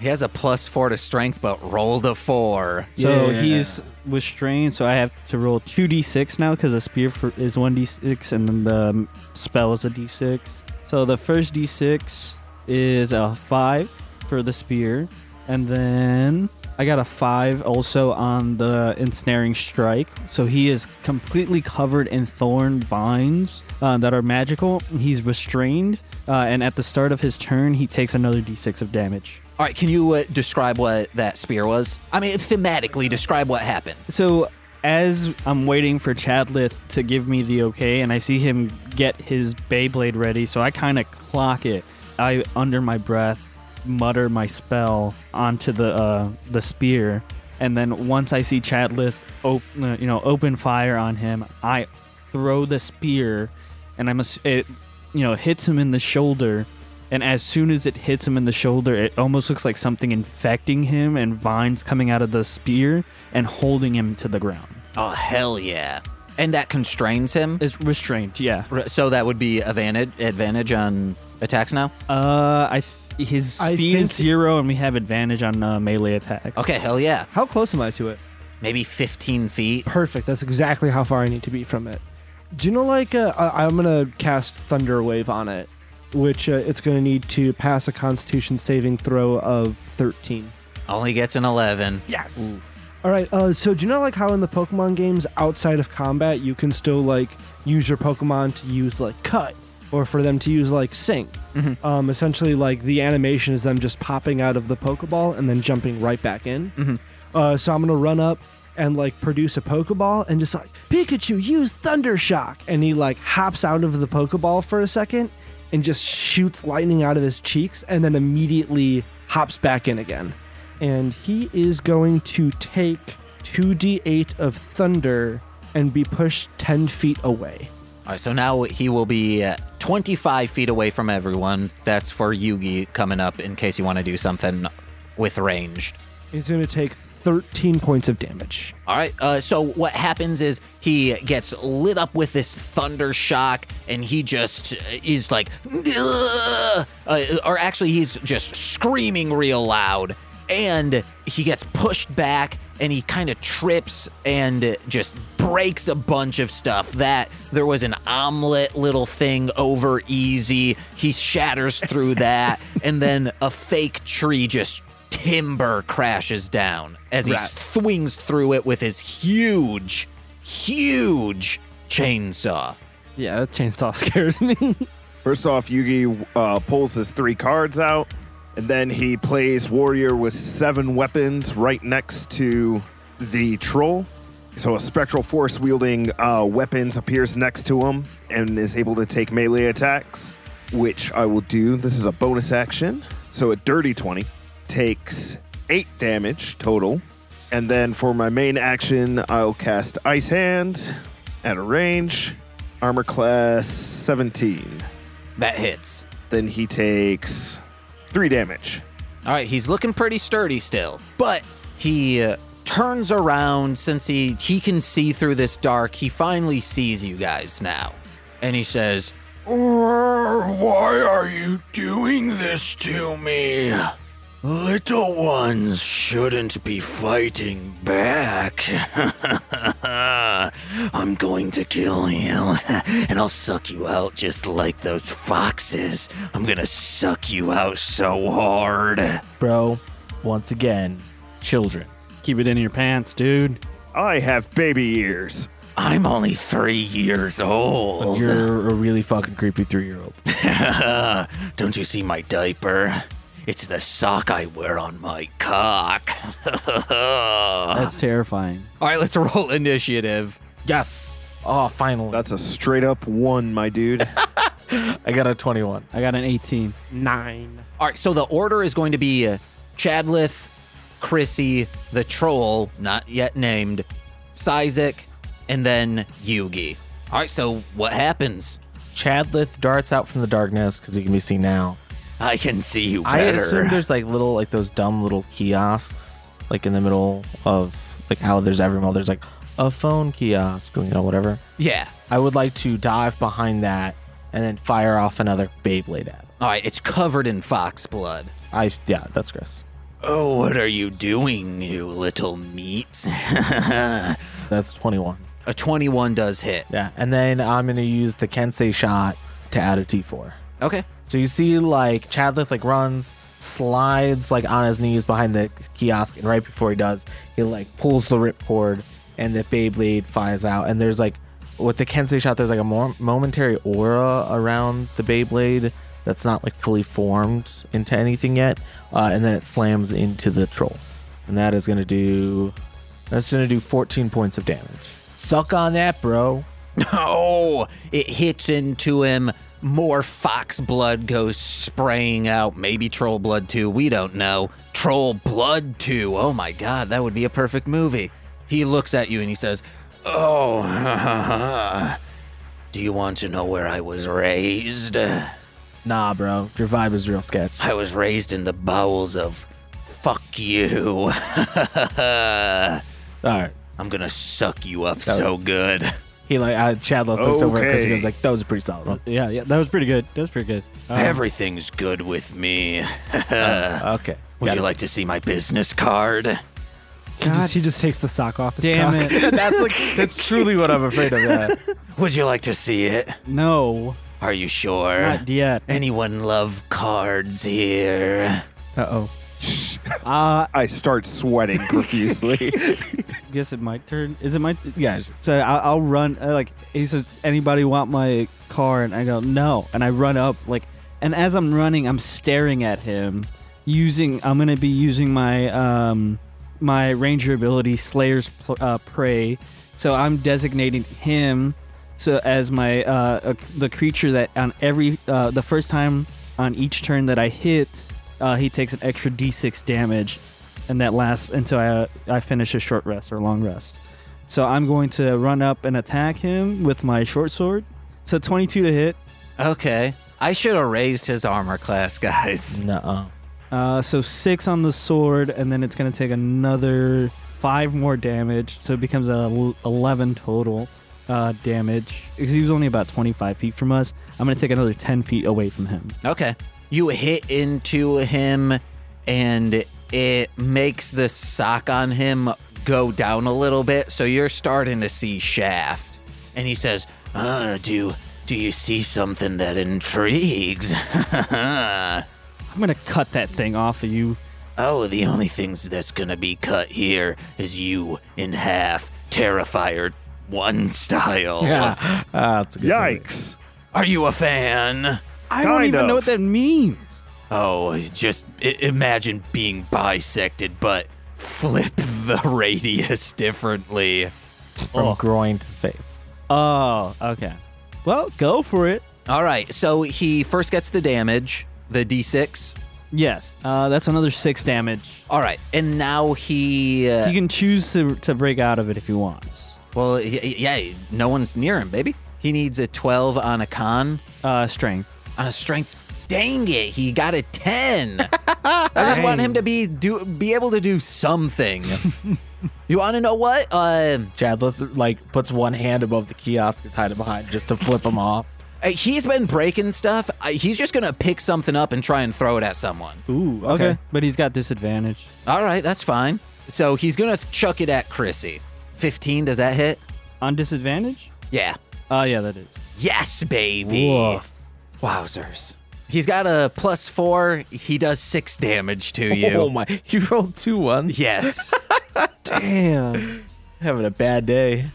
[SPEAKER 1] He has a plus four to strength, but rolled a four.
[SPEAKER 2] So
[SPEAKER 4] Yeah.
[SPEAKER 2] he's restrained. So I have to roll 2d6 now because the spear for, is 1d6, and then the um, spell is a d6. So the first d6 is a five for the spear, and then I got a five also on the ensnaring strike. So he is completely covered in thorn vines uh, that are magical. He's restrained, uh, and at the start of his turn, he takes another d6 of damage.
[SPEAKER 1] All right, can you uh, describe what that spear was? I mean, thematically, describe what happened.
[SPEAKER 2] So as I'm waiting for Chadlith to give me the okay, and I see him get his Beyblade ready, so I kind of clock it. I under my breath mutter my spell onto the uh, the spear, and then once I see Chadlith, op- uh, you know, open fire on him, I throw the spear, and I'm ass- it, you know, hits him in the shoulder. And as soon as it hits him in the shoulder, it almost looks like something infecting him and vines coming out of the spear and holding him to the ground.
[SPEAKER 1] Oh, hell yeah. And that constrains him.
[SPEAKER 2] It's restrained, yeah.
[SPEAKER 1] R- So that would be advantage, advantage on attacks now?
[SPEAKER 2] Uh, I th- his
[SPEAKER 3] I
[SPEAKER 2] speed is
[SPEAKER 3] think-
[SPEAKER 2] zero, and we have advantage on uh, melee attacks.
[SPEAKER 1] Okay, hell yeah.
[SPEAKER 3] How close am I to it?
[SPEAKER 1] Maybe 15 feet.
[SPEAKER 3] Perfect. That's exactly how far I need to be from it. Do you know, like, uh, I- I'm gonna cast Thunder Wave on it, which uh, it's gonna need to pass a Constitution saving throw of 13.
[SPEAKER 1] Only gets an 11.
[SPEAKER 3] Yes. All right. Uh, so do you know like how in the Pokemon games, outside of combat, you can still like use your Pokemon to use like cut, or for them to use like sink. Um, essentially, like the animation is them just popping out of the Pokeball and then jumping right back in. Uh, so I'm gonna run up and like produce a Pokeball and just like Pikachu, use Thunder Shock, and he like hops out of the Pokeball for a second and just shoots lightning out of his cheeks, and then immediately hops back in again and he is going to take 2d8 of thunder and be pushed 10 feet away.
[SPEAKER 1] All right, so now he will be uh, 25 feet away from everyone. That's for Yugi coming up in case you want to do something with ranged.
[SPEAKER 3] He's going to take 13 points of damage.
[SPEAKER 1] All right. Uh, so what happens is he gets lit up with this thunder shock, and he just uh, is like, "Ugh!" uh, or actually, he's just screaming real loud, and he gets pushed back, and he kind of trips and just breaks a bunch of stuff. That there was an omelet little thing over easy. He shatters through that, and then a fake tree just timber crashes down as he swings through it with his huge, huge chainsaw.
[SPEAKER 3] Yeah, that chainsaw scares me.
[SPEAKER 5] First off, Yugi uh, pulls his three cards out, and then he plays Warrior with seven weapons right next to the troll. So a spectral force wielding uh, weapons appears next to him and is able to take melee attacks, which I will do. This is a bonus action. So a dirty 20 takes eight damage total. And then for my main action, I'll cast Ice Hand at a range, armor class 17
[SPEAKER 1] That hits.
[SPEAKER 5] then he takes three damage.
[SPEAKER 1] All right, he's looking pretty sturdy still, but he uh, turns around since he he can see through this dark. He finally sees you guys now, and he says,
[SPEAKER 6] "Urgh, Why are you doing this to me?
[SPEAKER 1] "Little ones shouldn't be fighting back. I'm going to kill you, and I'll suck you out just like those foxes. I'm gonna suck you out so hard."
[SPEAKER 4] bro! Once again, children.
[SPEAKER 2] Keep it in your pants, dude.
[SPEAKER 5] I have baby ears.
[SPEAKER 1] I'm only three years
[SPEAKER 4] Oh.
[SPEAKER 1] old.
[SPEAKER 4] You're a really fucking creepy three year old.
[SPEAKER 1] Don't you see my diaper? It's the sock I wear on my cock. All
[SPEAKER 2] That's terrifying.
[SPEAKER 1] right, let's roll initiative.
[SPEAKER 4] Yes. Oh, finally.
[SPEAKER 5] That's a straight up one, my dude.
[SPEAKER 4] I got a 21.
[SPEAKER 2] I got an 18.
[SPEAKER 3] Nine.
[SPEAKER 1] All right, so the order is going to be uh, Chadlith, Chrissy, the troll, not yet named, Sizek, and then Yugi. All right, so what happens?
[SPEAKER 4] Chadlith darts out from the darkness because he can be seen now.
[SPEAKER 1] I can see you
[SPEAKER 4] I
[SPEAKER 1] better.
[SPEAKER 4] assume there's like little, like those dumb little kiosks, like in the middle of like how there's every mall. There's like a phone kiosk, you know, whatever.
[SPEAKER 1] yeah.
[SPEAKER 4] I would like to dive behind that and then fire off another Beyblade at. him.
[SPEAKER 1] All right, it's covered in fox blood.
[SPEAKER 4] I yeah, that's gross.
[SPEAKER 1] Oh, what are you doing, you little meat? a
[SPEAKER 4] That's 21.
[SPEAKER 1] 21 does hit.
[SPEAKER 4] Yeah, and then I'm gonna use the Kensei shot to add a T4.
[SPEAKER 1] Okay.
[SPEAKER 4] So you see like Chadlith like runs, slides like on his knees behind the kiosk, and right before he does, he like pulls the ripcord and the Beyblade flies out. And there's like with the Kensei shot, there's like a more momentary aura around the Beyblade that's not like fully formed into anything yet. Uh, and then it slams into the troll. And that is gonna do that's gonna do 14 points of damage. Suck on that, bro.
[SPEAKER 1] Oh, it hits into him. More fox blood goes spraying out. Maybe troll blood too. We don't know. Troll blood too. Oh my god, that would be a perfect movie. He looks at you and he says, "Oh, do you want to know where I was raised? I
[SPEAKER 4] Nah, bro. Your vibe is real sketch.
[SPEAKER 1] was raised in the bowels of fuck you.
[SPEAKER 4] All right.
[SPEAKER 1] I'm gonna suck you up so good."
[SPEAKER 4] He like uh, Chadlow looks over at Chris and
[SPEAKER 5] Okay.
[SPEAKER 4] goes like, "That was a pretty solid one."
[SPEAKER 2] Yeah, yeah, that was pretty good. That was pretty good.
[SPEAKER 1] Everything's good with me.
[SPEAKER 4] Oh, Okay.
[SPEAKER 1] Would you like to see my business card?
[SPEAKER 3] He just, he just takes the sock off his
[SPEAKER 2] Damn
[SPEAKER 3] cock.
[SPEAKER 2] it.
[SPEAKER 4] that's like that's truly what I'm afraid of. Yeah.
[SPEAKER 1] Would you like to see it?
[SPEAKER 2] No,
[SPEAKER 1] Are you sure?
[SPEAKER 2] not yet.
[SPEAKER 1] Anyone love cards here?
[SPEAKER 2] Uh oh. Uh,
[SPEAKER 5] I start sweating profusely.
[SPEAKER 2] guess it my turn. Is it my? T- yeah. sure. So I, I'll run. Uh, like he says, anybody want my car? And I go no. And I run up. Like, and as I'm running, I'm staring at him. Using, I'm gonna be using my um, my ranger ability, Slayer's pl- uh, Prey. So I'm designating him. So as my uh, uh, the creature that on every uh, the first time on each turn that I hit, uh, he takes an extra d6 damage, and that lasts until I uh, I finish a short rest or long rest. So I'm going to run up and attack him with my short sword. So 22 to hit.
[SPEAKER 1] Okay. I should have raised his armor class, guys.
[SPEAKER 4] Nuh-uh.
[SPEAKER 2] Uh, so six on the sword, and then it's going to take another five more damage. So it becomes a l- 11 total uh, damage. Because he was only about 25 feet from us. I'm going to take another 10 feet away from him.
[SPEAKER 1] Okay. You hit into him and it makes the sock on him go down a little bit, so you're starting to see Shaft. And he says, uh, do do you see something that intrigues?
[SPEAKER 2] I'm going to cut that thing off of you.
[SPEAKER 1] Oh, the only things that's gonna be cut here is you in half, Terrifier 1 style.
[SPEAKER 4] Yeah. Ah, that's a good one.
[SPEAKER 5] Yikes.
[SPEAKER 1] Are you a fan?
[SPEAKER 2] I don't
[SPEAKER 5] Kind
[SPEAKER 2] even know what
[SPEAKER 5] of.
[SPEAKER 2] that means.
[SPEAKER 1] Oh, it's just I- imagine being bisected, but flip the radius differently.
[SPEAKER 4] From groin to face.
[SPEAKER 2] Oh, okay. Well, go for it.
[SPEAKER 1] All right, so he first gets the damage, the d6.
[SPEAKER 2] Yes. Uh, that's another six damage.
[SPEAKER 1] All right, and now he. Uh,
[SPEAKER 2] He can choose to, to break out of it if he wants.
[SPEAKER 1] well, y- y- yeah, no one's near him, baby. He needs a 12 on a con.
[SPEAKER 2] Uh, strength.
[SPEAKER 1] on a strength. Dang it, he got a ten. I just want him to be do be able to do something. you want to know what? Uh,
[SPEAKER 4] Chadlith like puts one hand above the kiosk that's hiding behind just to flip him off.
[SPEAKER 1] uh, he's been breaking stuff. Uh, He's just gonna pick something up and try and throw it at someone.
[SPEAKER 2] Ooh,
[SPEAKER 4] okay.
[SPEAKER 2] But he's got disadvantage.
[SPEAKER 1] All right, that's fine. So he's gonna chuck it at Chrissy. Fifteen, does that hit?
[SPEAKER 2] On disadvantage?
[SPEAKER 1] Yeah.
[SPEAKER 2] Oh, yeah, that is.
[SPEAKER 1] Yes, baby. Wowzers. He's got a plus four. He does six damage to you.
[SPEAKER 4] Oh my! You rolled two ones.
[SPEAKER 1] Yes.
[SPEAKER 3] Damn.
[SPEAKER 4] Having a bad day.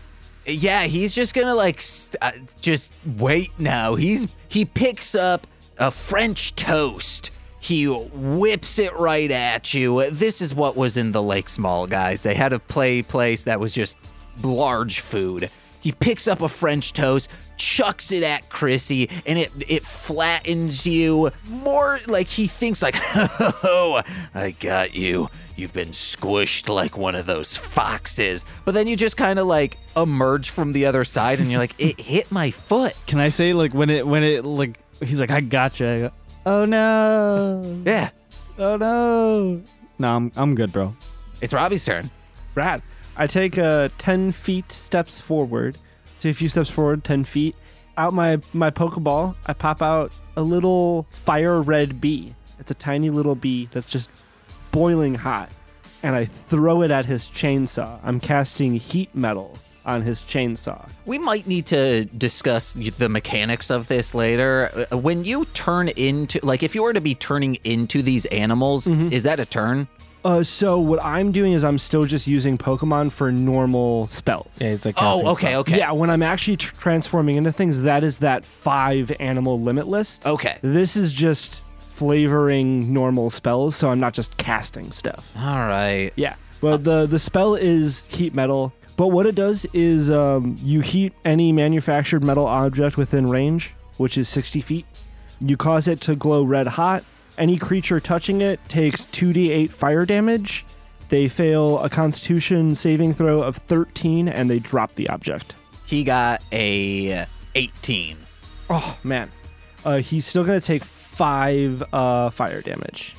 [SPEAKER 1] Yeah, he's just gonna like st- uh, just wait now. He's he picks up a French toast. He whips it right at you. This is what was in the Lake Small guys. They had a play place that was just large food. He picks up a French toast, chucks it at Chrissy, and it it flattens you more. Like he thinks, like, oh, I got you. You've been squished like one of those foxes. But then you just kind of like emerge from the other side, and you're like, it hit my foot.
[SPEAKER 2] Can I say like when it when it like he's like I gotcha. I go, oh no.
[SPEAKER 1] Yeah,
[SPEAKER 2] Oh no. No, I'm I'm good, bro.
[SPEAKER 1] it's Robbie's turn.
[SPEAKER 3] Rad. I take uh, 10 feet steps forward. Take a few steps forward, 10 feet. Out my, my Pokeball, I pop out a little fire red bee. It's a tiny little bee that's just boiling hot. And I throw it at his chainsaw. I'm casting heat metal on his chainsaw.
[SPEAKER 1] We might need to discuss the mechanics of this later. Uh, When you turn into, like, if you were to be turning into these animals, is that a turn?
[SPEAKER 3] Uh, so what I'm doing is I'm still just using Pokemon for normal spells.
[SPEAKER 4] Yeah, it's like casting
[SPEAKER 1] Oh, okay,
[SPEAKER 4] spell.
[SPEAKER 1] okay.
[SPEAKER 3] Yeah, when I'm actually tr- transforming into things, that is that five animal limit list.
[SPEAKER 1] Okay.
[SPEAKER 3] This is just flavoring normal spells, so I'm not just casting stuff.
[SPEAKER 1] All right.
[SPEAKER 3] Yeah. Well, the the spell is heat metal, but what it does is um, you heat any manufactured metal object within range, which is 60 feet. You cause it to glow red hot. Any creature touching it takes 2d8 fire damage. They fail a Constitution saving throw of 13, and they drop the object.
[SPEAKER 1] He got a 18.
[SPEAKER 3] Oh man, uh, he's still gonna take five uh, fire damage.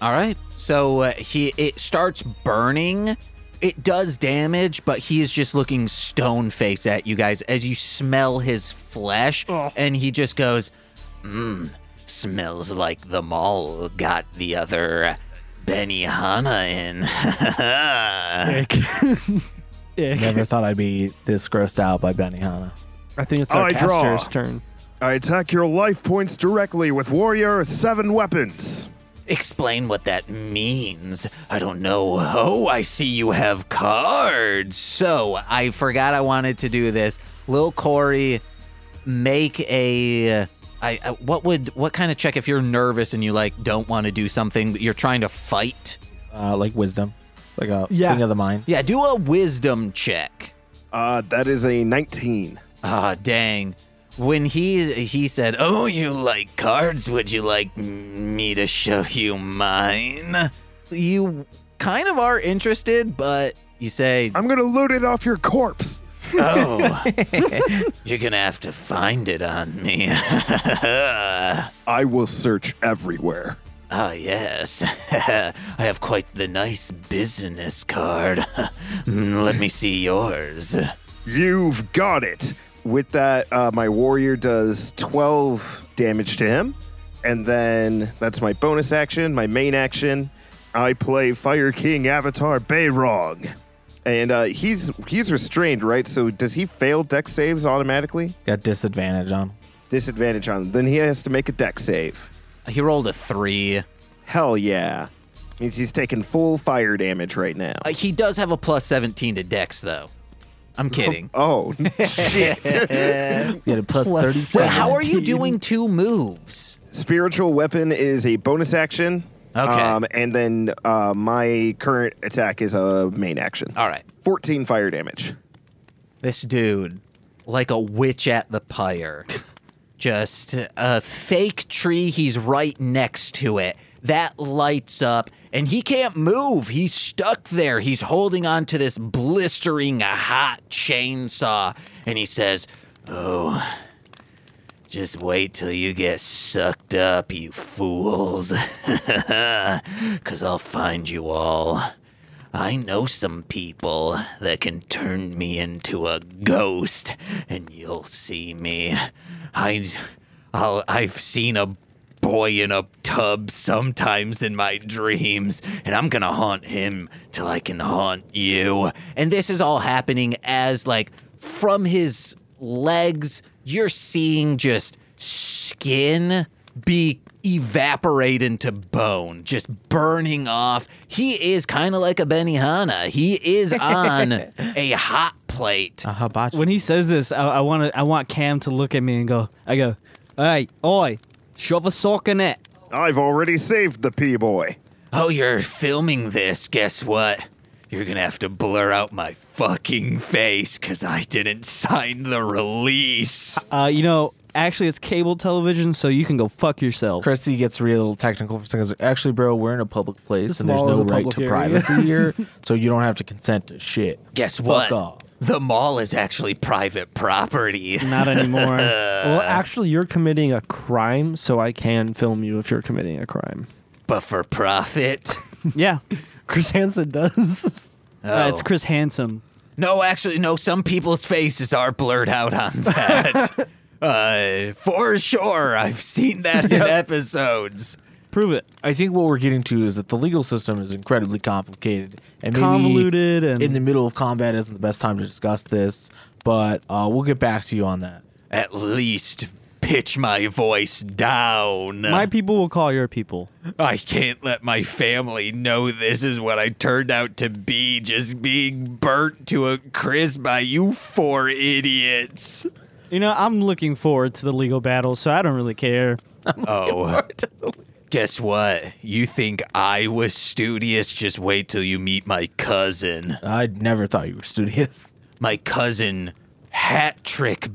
[SPEAKER 1] All right. So uh, he it starts burning. It does damage, but he is just looking stone faced at you guys as you smell his flesh, and he just goes, "Mmm, smells like the mall got the other Benny Hanna in."
[SPEAKER 3] Ick. Ick.
[SPEAKER 4] Never thought I'd be this grossed out by Benihana.
[SPEAKER 3] I think it's our
[SPEAKER 5] Oh, I draw.
[SPEAKER 3] caster's turn.
[SPEAKER 5] I attack your life points directly with Warrior Earth 7 weapons.
[SPEAKER 1] Explain what that means. I don't know. Oh, I see you have cards. So I forgot I wanted to do this. Lil Corey, make a. I, I what would what kind of check if you're nervous and you like don't want to do something but you're trying to fight?
[SPEAKER 4] Uh, like wisdom, like a
[SPEAKER 3] Yeah.
[SPEAKER 4] thing of the mind.
[SPEAKER 1] Yeah, do a wisdom check.
[SPEAKER 5] Uh, that is a 19.
[SPEAKER 1] Ah, dang. When he he said, "Oh, you like cards? Would you like me to show you mine?" You kind of are interested, but you say,
[SPEAKER 5] I'm gonna loot it off your corpse.
[SPEAKER 1] "Oh, you're gonna have to find it on me."
[SPEAKER 5] I will search everywhere.
[SPEAKER 1] Ah, yes. I have quite the nice business card. Mm, Let me see yours.
[SPEAKER 5] You've got it. With that, uh, my warrior does 12 damage to him. And then that's my bonus action, my main action. I play Fire King Avatar Bayrog. And uh, he's he's restrained, right? So does he fail deck saves automatically?
[SPEAKER 4] Got disadvantage on.
[SPEAKER 5] Disadvantage on him. Then he has to make a deck save.
[SPEAKER 1] He rolled a three. Uh,
[SPEAKER 5] Hell yeah. Means he's taking full fire damage right now.
[SPEAKER 1] Uh, he does have a plus seventeen to Dex, though. I'm kidding.
[SPEAKER 5] oh, shit.
[SPEAKER 4] You had a plus, plus 30.
[SPEAKER 1] Wait, how are you doing two moves?
[SPEAKER 5] spiritual weapon is a bonus action.
[SPEAKER 1] Okay.
[SPEAKER 5] Um, and then uh, my current attack is a main action.
[SPEAKER 1] All right.
[SPEAKER 5] 14 fire damage.
[SPEAKER 1] This dude, like a witch at the pyre, just a fake tree. He's right next to it. That lights up, and he can't move. He's stuck there. He's holding on to this blistering uh, hot chainsaw, and he says, Oh, just wait till you get sucked up, you fools. Because I'll find you all. I know some people that can turn me into a ghost, and you'll see me. I, I'll, I've seen a boy in a tub sometimes in my dreams, and I'm gonna haunt him till I can haunt you. And this is all happening as, like, from his legs, you're seeing just skin be evaporate into bone, just burning off. He is kind of like a Benihana. He is on a hot plate.
[SPEAKER 4] A hibachi.
[SPEAKER 2] When he says this, I, I want to. I want Cam to look at me and go. I go, hey, oi, shove a sock in it.
[SPEAKER 5] I've already saved the P boy.
[SPEAKER 1] Oh, you're filming this. Guess what? You're gonna have to blur out my fucking face because I didn't sign the release.
[SPEAKER 2] Uh, you know, actually, it's cable television, so you can go fuck yourself.
[SPEAKER 4] Chrissy gets real technical for seconds. Actually, bro, we're in a public place
[SPEAKER 3] This
[SPEAKER 4] and there's
[SPEAKER 3] mall is
[SPEAKER 4] no
[SPEAKER 3] a
[SPEAKER 4] right
[SPEAKER 3] public
[SPEAKER 4] to
[SPEAKER 3] area."
[SPEAKER 4] privacy here, so you don't have to consent to shit.
[SPEAKER 1] Guess what?
[SPEAKER 4] off.
[SPEAKER 1] The mall is actually private property.
[SPEAKER 2] Not anymore.
[SPEAKER 3] well, actually, you're committing a crime, so I can film you if you're committing a crime.
[SPEAKER 1] but for profit.
[SPEAKER 2] yeah,
[SPEAKER 3] Chris Hansen does.
[SPEAKER 2] Uh,
[SPEAKER 1] Oh.
[SPEAKER 2] it's Chris Handsome.
[SPEAKER 1] No, actually, no. Some people's faces are blurred out on that. uh, for sure, I've seen that in episodes.
[SPEAKER 2] Prove it.
[SPEAKER 4] I think what we're getting to is that the legal system is incredibly complicated and maybe
[SPEAKER 2] convoluted and-
[SPEAKER 4] in the middle of combat isn't the best time to discuss this, but uh, we'll get back to you on that.
[SPEAKER 1] At least pitch my voice down.
[SPEAKER 2] My people will call your people.
[SPEAKER 1] I can't let my family know this is what I turned out to be, just being burnt to a crisp by you four idiots.
[SPEAKER 2] You know, I'm looking forward to the legal battle, so I don't really care.
[SPEAKER 1] Oh. Guess what? You think I was studious? Just wait till you meet my cousin.
[SPEAKER 4] I never thought you were studious.
[SPEAKER 1] my cousin hat trick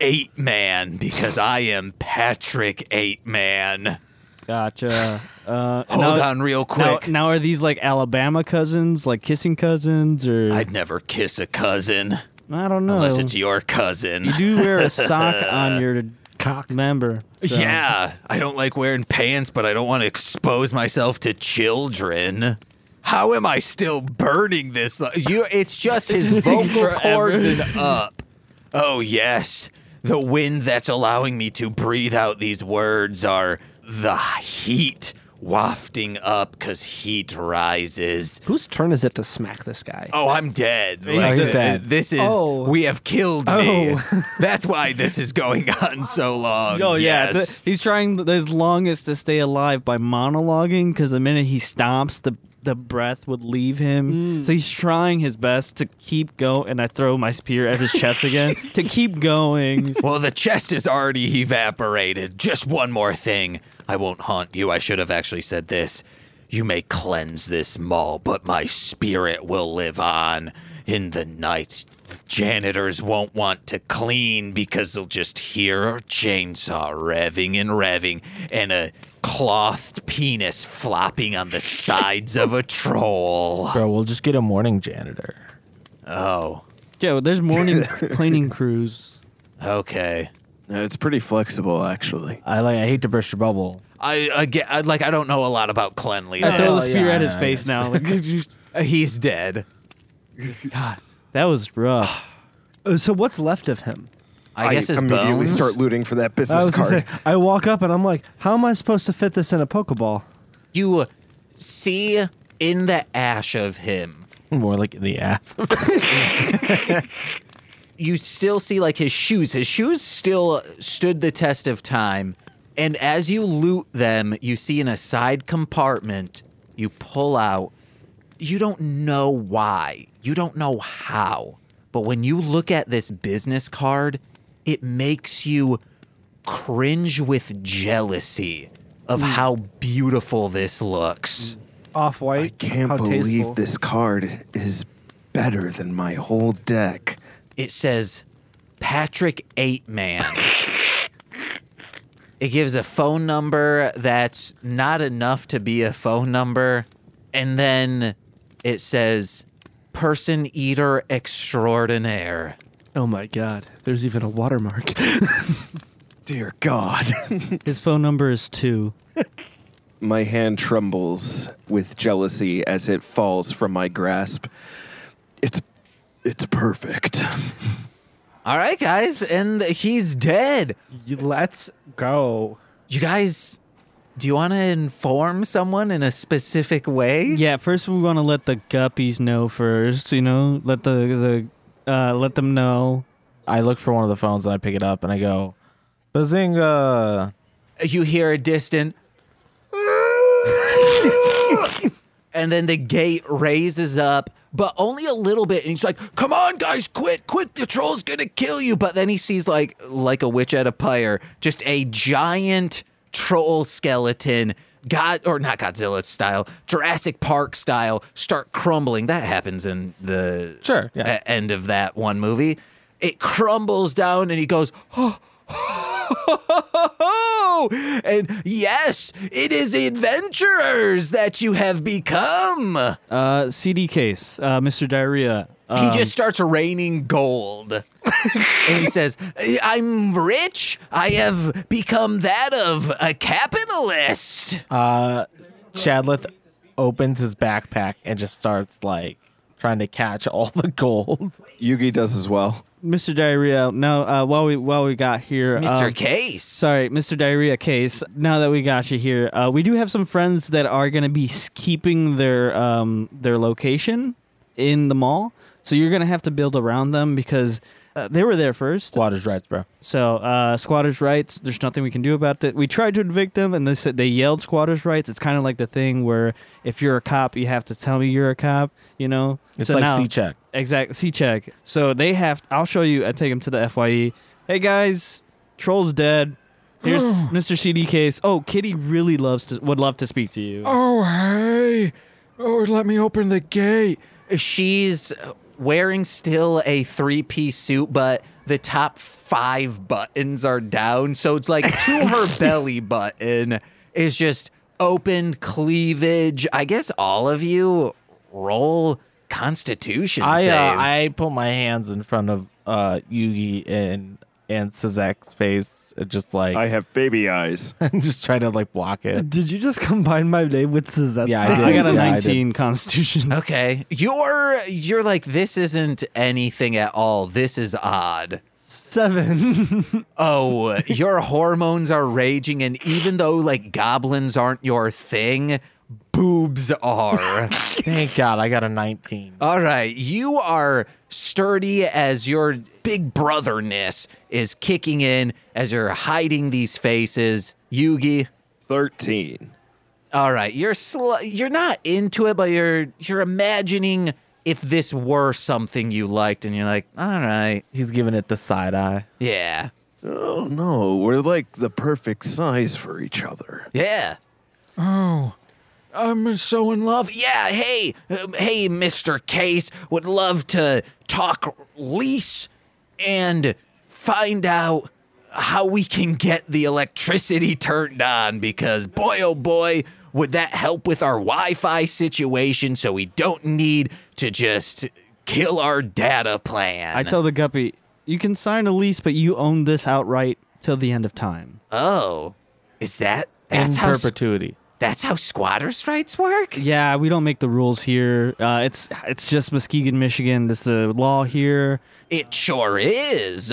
[SPEAKER 1] eight man because I am Patrick eight man.
[SPEAKER 2] Gotcha. Uh,
[SPEAKER 1] Hold
[SPEAKER 2] now-
[SPEAKER 1] on real
[SPEAKER 2] Now,
[SPEAKER 1] quick.
[SPEAKER 2] now are these like Alabama cousins, like kissing cousins, or
[SPEAKER 1] I'd never kiss a cousin
[SPEAKER 2] I don't know.
[SPEAKER 1] unless it's your cousin.
[SPEAKER 2] you do wear a sock on your cock member. so-
[SPEAKER 1] Yeah, I don't like wearing pants, but I don't want to expose myself to children. How am I still burning this? li- You, it's just his vocal cords and up. Oh yes, the wind that's allowing me to breathe out these words are the heat wafting up because heat rises.
[SPEAKER 3] Whose turn is it to smack this guy?
[SPEAKER 1] Oh, I'm dead.
[SPEAKER 4] he's
[SPEAKER 1] th-
[SPEAKER 4] dead.
[SPEAKER 1] This is
[SPEAKER 3] Oh.
[SPEAKER 1] we have killed me.
[SPEAKER 3] Oh.
[SPEAKER 1] That's why this is going on so long.
[SPEAKER 2] Oh yeah,
[SPEAKER 1] yes.
[SPEAKER 2] th- he's trying th- his longest to stay alive by monologuing because the minute he stomps, the the breath would leave him. So he's trying his best to keep going. And I throw my spear at his chest again to keep going.
[SPEAKER 1] Well, the chest is already evaporated. Just one more thing. I won't haunt you. I should have actually said this. You may cleanse this mall, but my spirit will live on in the night. Janitors won't want to clean because they'll just hear a chainsaw revving and revving and a clothed penis flopping on the sides of a troll.
[SPEAKER 4] Bro, we'll just get a morning janitor.
[SPEAKER 1] Oh,
[SPEAKER 2] Yo, there's morning cleaning crews.
[SPEAKER 1] okay.
[SPEAKER 5] No, it's pretty flexible, actually.
[SPEAKER 4] I like I hate to burst your bubble.
[SPEAKER 1] I, I, get, I like I don't know a lot about
[SPEAKER 2] I throw the
[SPEAKER 1] cleanliness.
[SPEAKER 4] yeah,
[SPEAKER 2] spear at
[SPEAKER 4] I
[SPEAKER 2] his
[SPEAKER 4] know, I
[SPEAKER 2] face now.
[SPEAKER 1] He's dead.
[SPEAKER 2] that was rough.
[SPEAKER 3] Uh, so what's left of him?
[SPEAKER 1] I, guess his
[SPEAKER 5] immediately
[SPEAKER 1] bones.
[SPEAKER 5] start looting for that
[SPEAKER 3] I
[SPEAKER 5] business
[SPEAKER 3] was gonna
[SPEAKER 5] card.
[SPEAKER 3] say, I walk up and I'm like, how am I supposed to fit this in a Pokeball?
[SPEAKER 1] you uh, see in the ash of him.
[SPEAKER 4] More like in the ass.
[SPEAKER 1] You still see like his shoes. His shoes still stood the test of time. And as you loot them, you see in a side compartment, you pull out. You don't know why. You don't know how. But when you look at this business card, it makes you cringe with jealousy of
[SPEAKER 5] Hmm.
[SPEAKER 1] how beautiful this looks.
[SPEAKER 3] Off white.
[SPEAKER 5] I can't believe this card is better than my whole deck.
[SPEAKER 1] it says Patrick Eight Man. it gives a phone number that's not enough to be a phone number. And then it says Person Eater Extraordinaire.
[SPEAKER 3] Oh my god. There's even a watermark.
[SPEAKER 5] Dear God.
[SPEAKER 2] His phone number is two.
[SPEAKER 5] my hand trembles with jealousy as it falls from my grasp. It's it's perfect.
[SPEAKER 1] All right, guys. And he's dead.
[SPEAKER 3] Let's go.
[SPEAKER 1] You guys, do you want to inform someone in a specific way?
[SPEAKER 2] Yeah, first we want to let the guppies know first. You know, let the the uh, let them know.
[SPEAKER 4] I look for one of the phones and I pick it up and I go, Bazinga.
[SPEAKER 1] you hear a distant. and then the gate raises up, but only a little bit. And he's like, "Come on, guys, quick, quick! The troll's gonna kill you!" But then he sees like like a witch at a pyre, just a giant troll skeleton. God or not Godzilla style, Jurassic Park style, start crumbling. That happens in the
[SPEAKER 4] Sure, yeah.
[SPEAKER 1] e- end of that one movie. It crumbles down, and he goes, "Oh, Oh, and yes, it is adventurers that you have become.
[SPEAKER 2] Uh, CD case, uh, Mr. Diarrhea. Uh,
[SPEAKER 1] he just starts raining gold. and he says, I'm rich. I have become that of a capitalist.
[SPEAKER 4] Uh, Chadleth opens his backpack and just starts like trying to catch all the gold.
[SPEAKER 5] Yugi does as well.
[SPEAKER 2] Mr. Diarrhea. Now, uh, while we while we got here,
[SPEAKER 1] Mr.
[SPEAKER 2] um,
[SPEAKER 1] Case.
[SPEAKER 2] Sorry, Mr. Diarrhea case. Now that we got you here, uh, we do have some friends that are going to be s- keeping their um, their location in the mall. So you're going to have to build around them because uh, they were there first.
[SPEAKER 4] Squatters' rights, bro.
[SPEAKER 2] So uh, squatters' rights. There's nothing we can do about that. We tried to evict them, and they said they yelled squatters' rights. It's kind of like the thing where if you're a cop, you have to tell me you're a cop. You know,
[SPEAKER 4] It's
[SPEAKER 2] So
[SPEAKER 4] like
[SPEAKER 2] now-
[SPEAKER 4] C check.
[SPEAKER 2] Exactly. C check. So they have. I'll show you. I take them to the Fye. Hey guys, troll's dead. Here's Mr. CD case. Oh, Kitty really loves to would love to speak to you.
[SPEAKER 6] Oh, hey. Oh, let me open the gate.
[SPEAKER 1] She's wearing still a three piece suit, but the top five buttons are down. So it's like to her belly button is just open cleavage. I guess all of you roll constitution
[SPEAKER 4] I
[SPEAKER 1] save.
[SPEAKER 4] uh, I put my hands in front of uh, Yugi and and Sazak's face, uh, just like
[SPEAKER 5] I have baby eyes.
[SPEAKER 4] just trying to like block it.
[SPEAKER 3] Did you just combine my name with Suzette's
[SPEAKER 4] Yeah,
[SPEAKER 3] name?
[SPEAKER 4] did.
[SPEAKER 2] I got a
[SPEAKER 4] Yeah, I did.
[SPEAKER 2] 19 Constitution.
[SPEAKER 1] okay. You're you're like this isn't anything at all. This is odd.
[SPEAKER 3] Seven.
[SPEAKER 1] Oh, your hormones are raging, and even though like goblins aren't your thing, boobs are.
[SPEAKER 4] Thank God, I got a nineteen.
[SPEAKER 1] All right, you are sturdy as your big brotherness is kicking in as you're hiding these faces. Yugi,
[SPEAKER 5] 13.
[SPEAKER 1] all right, you're sl- you're not into it, but you're you're imagining if this were something you liked, and you're like, all right,
[SPEAKER 4] He's giving it the side eye.
[SPEAKER 1] yeah,
[SPEAKER 5] Oh no, we're like the perfect size for each other.
[SPEAKER 1] yeah.
[SPEAKER 6] Oh, I'm so in love.
[SPEAKER 1] love- yeah, hey, um, hey, Mr. Case, would love to talk lease and find out how we can get the electricity turned on because boy, oh boy, would that help with our Wi Fi situation so we don't need to just kill our data plan.
[SPEAKER 2] I tell the guppy, you can sign a lease, but you own this outright till the end of time.
[SPEAKER 1] oh, is that
[SPEAKER 4] In
[SPEAKER 1] that's how, s-
[SPEAKER 4] perpetuity.
[SPEAKER 1] that's how squatters' rights work?
[SPEAKER 2] Yeah, we don't make the rules here. Uh, it's it's just Muskegon, Michigan. This is a law here.
[SPEAKER 1] It sure is.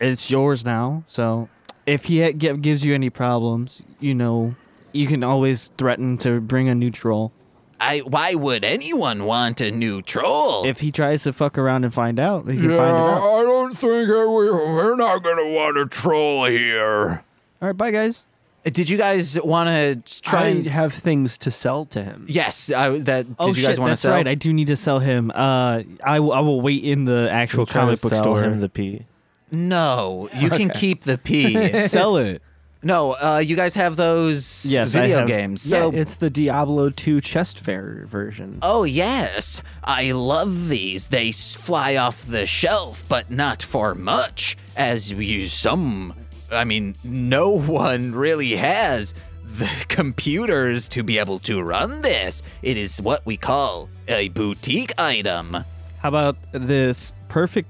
[SPEAKER 2] It's yours now. So if he ha- gi- gives you any problems, you know, you can always threaten to bring a new troll.
[SPEAKER 1] I, why would anyone want a new troll?
[SPEAKER 2] If he tries to fuck around and find out, he can
[SPEAKER 6] Yeah,
[SPEAKER 2] find it out. All
[SPEAKER 6] I don't think I will. We're not going to want to troll here.
[SPEAKER 2] right, bye guys.
[SPEAKER 1] Did you guys want to try
[SPEAKER 3] I
[SPEAKER 1] and
[SPEAKER 3] have things to sell to him.
[SPEAKER 1] Yes, I, that. Did
[SPEAKER 2] oh
[SPEAKER 1] you guys
[SPEAKER 2] shit,
[SPEAKER 1] want to
[SPEAKER 2] that's
[SPEAKER 1] sell?
[SPEAKER 2] right. I do need to sell him. Uh, I will. I will wait in the actual
[SPEAKER 4] Trying to
[SPEAKER 2] comic book
[SPEAKER 4] sell
[SPEAKER 2] store.
[SPEAKER 4] him the pee.
[SPEAKER 1] no, you can keep the P.
[SPEAKER 2] sell it.
[SPEAKER 1] no, uh, you guys have those
[SPEAKER 2] Yes, I
[SPEAKER 1] video
[SPEAKER 2] have-
[SPEAKER 1] games. So,
[SPEAKER 3] yeah, it's the Diablo 2 chest ver- version.
[SPEAKER 1] oh yes, I love these. They s- fly off the shelf, but not for much, as you some. I mean, no one really has the computers to be able to run this. It is what we call a boutique item.
[SPEAKER 2] How about this perfect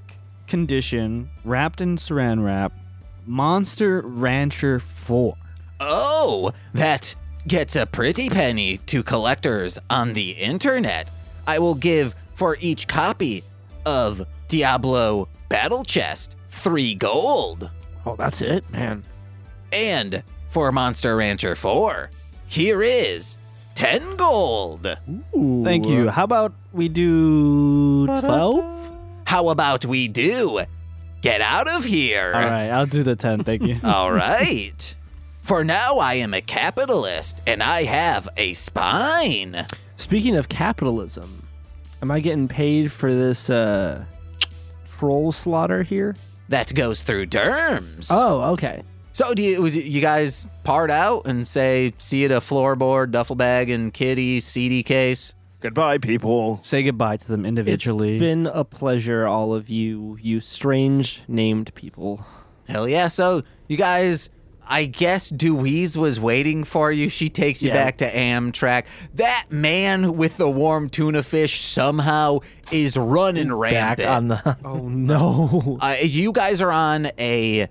[SPEAKER 2] condition, wrapped in saran wrap, Monster Rancher Four.
[SPEAKER 1] Oh, that gets a pretty penny to collectors on the internet. I will give for each copy of Diablo Battle Chest three gold.
[SPEAKER 3] Oh, that's it, man.
[SPEAKER 1] And for Monster Rancher 4, here is 10 gold.
[SPEAKER 3] Ooh.
[SPEAKER 2] Thank you. How about we do twelve?
[SPEAKER 1] How about we do? Get out of here.
[SPEAKER 2] All right, I'll do the ten. Thank you.
[SPEAKER 1] All right. For now, I am a capitalist and I have a spine.
[SPEAKER 3] Speaking of capitalism, am I getting paid for this uh, troll slaughter here?
[SPEAKER 1] That goes through derms.
[SPEAKER 3] Oh, okay.
[SPEAKER 1] So do you, was it- you guys part out and say, see you to floorboard, duffel bag, and kitty, CD case?
[SPEAKER 5] Goodbye, people.
[SPEAKER 2] Say goodbye to them
[SPEAKER 3] It's
[SPEAKER 2] individually.
[SPEAKER 3] been a pleasure, all of you, you strange named people.
[SPEAKER 1] Hell yeah. So you guys, I guess Dewey's was waiting for you. She takes you
[SPEAKER 3] Yeah.
[SPEAKER 1] back to Amtrak. That man with the warm tuna fish somehow is running
[SPEAKER 4] back
[SPEAKER 1] rampant.
[SPEAKER 4] on the
[SPEAKER 3] Oh no.
[SPEAKER 1] uh, you guys are on a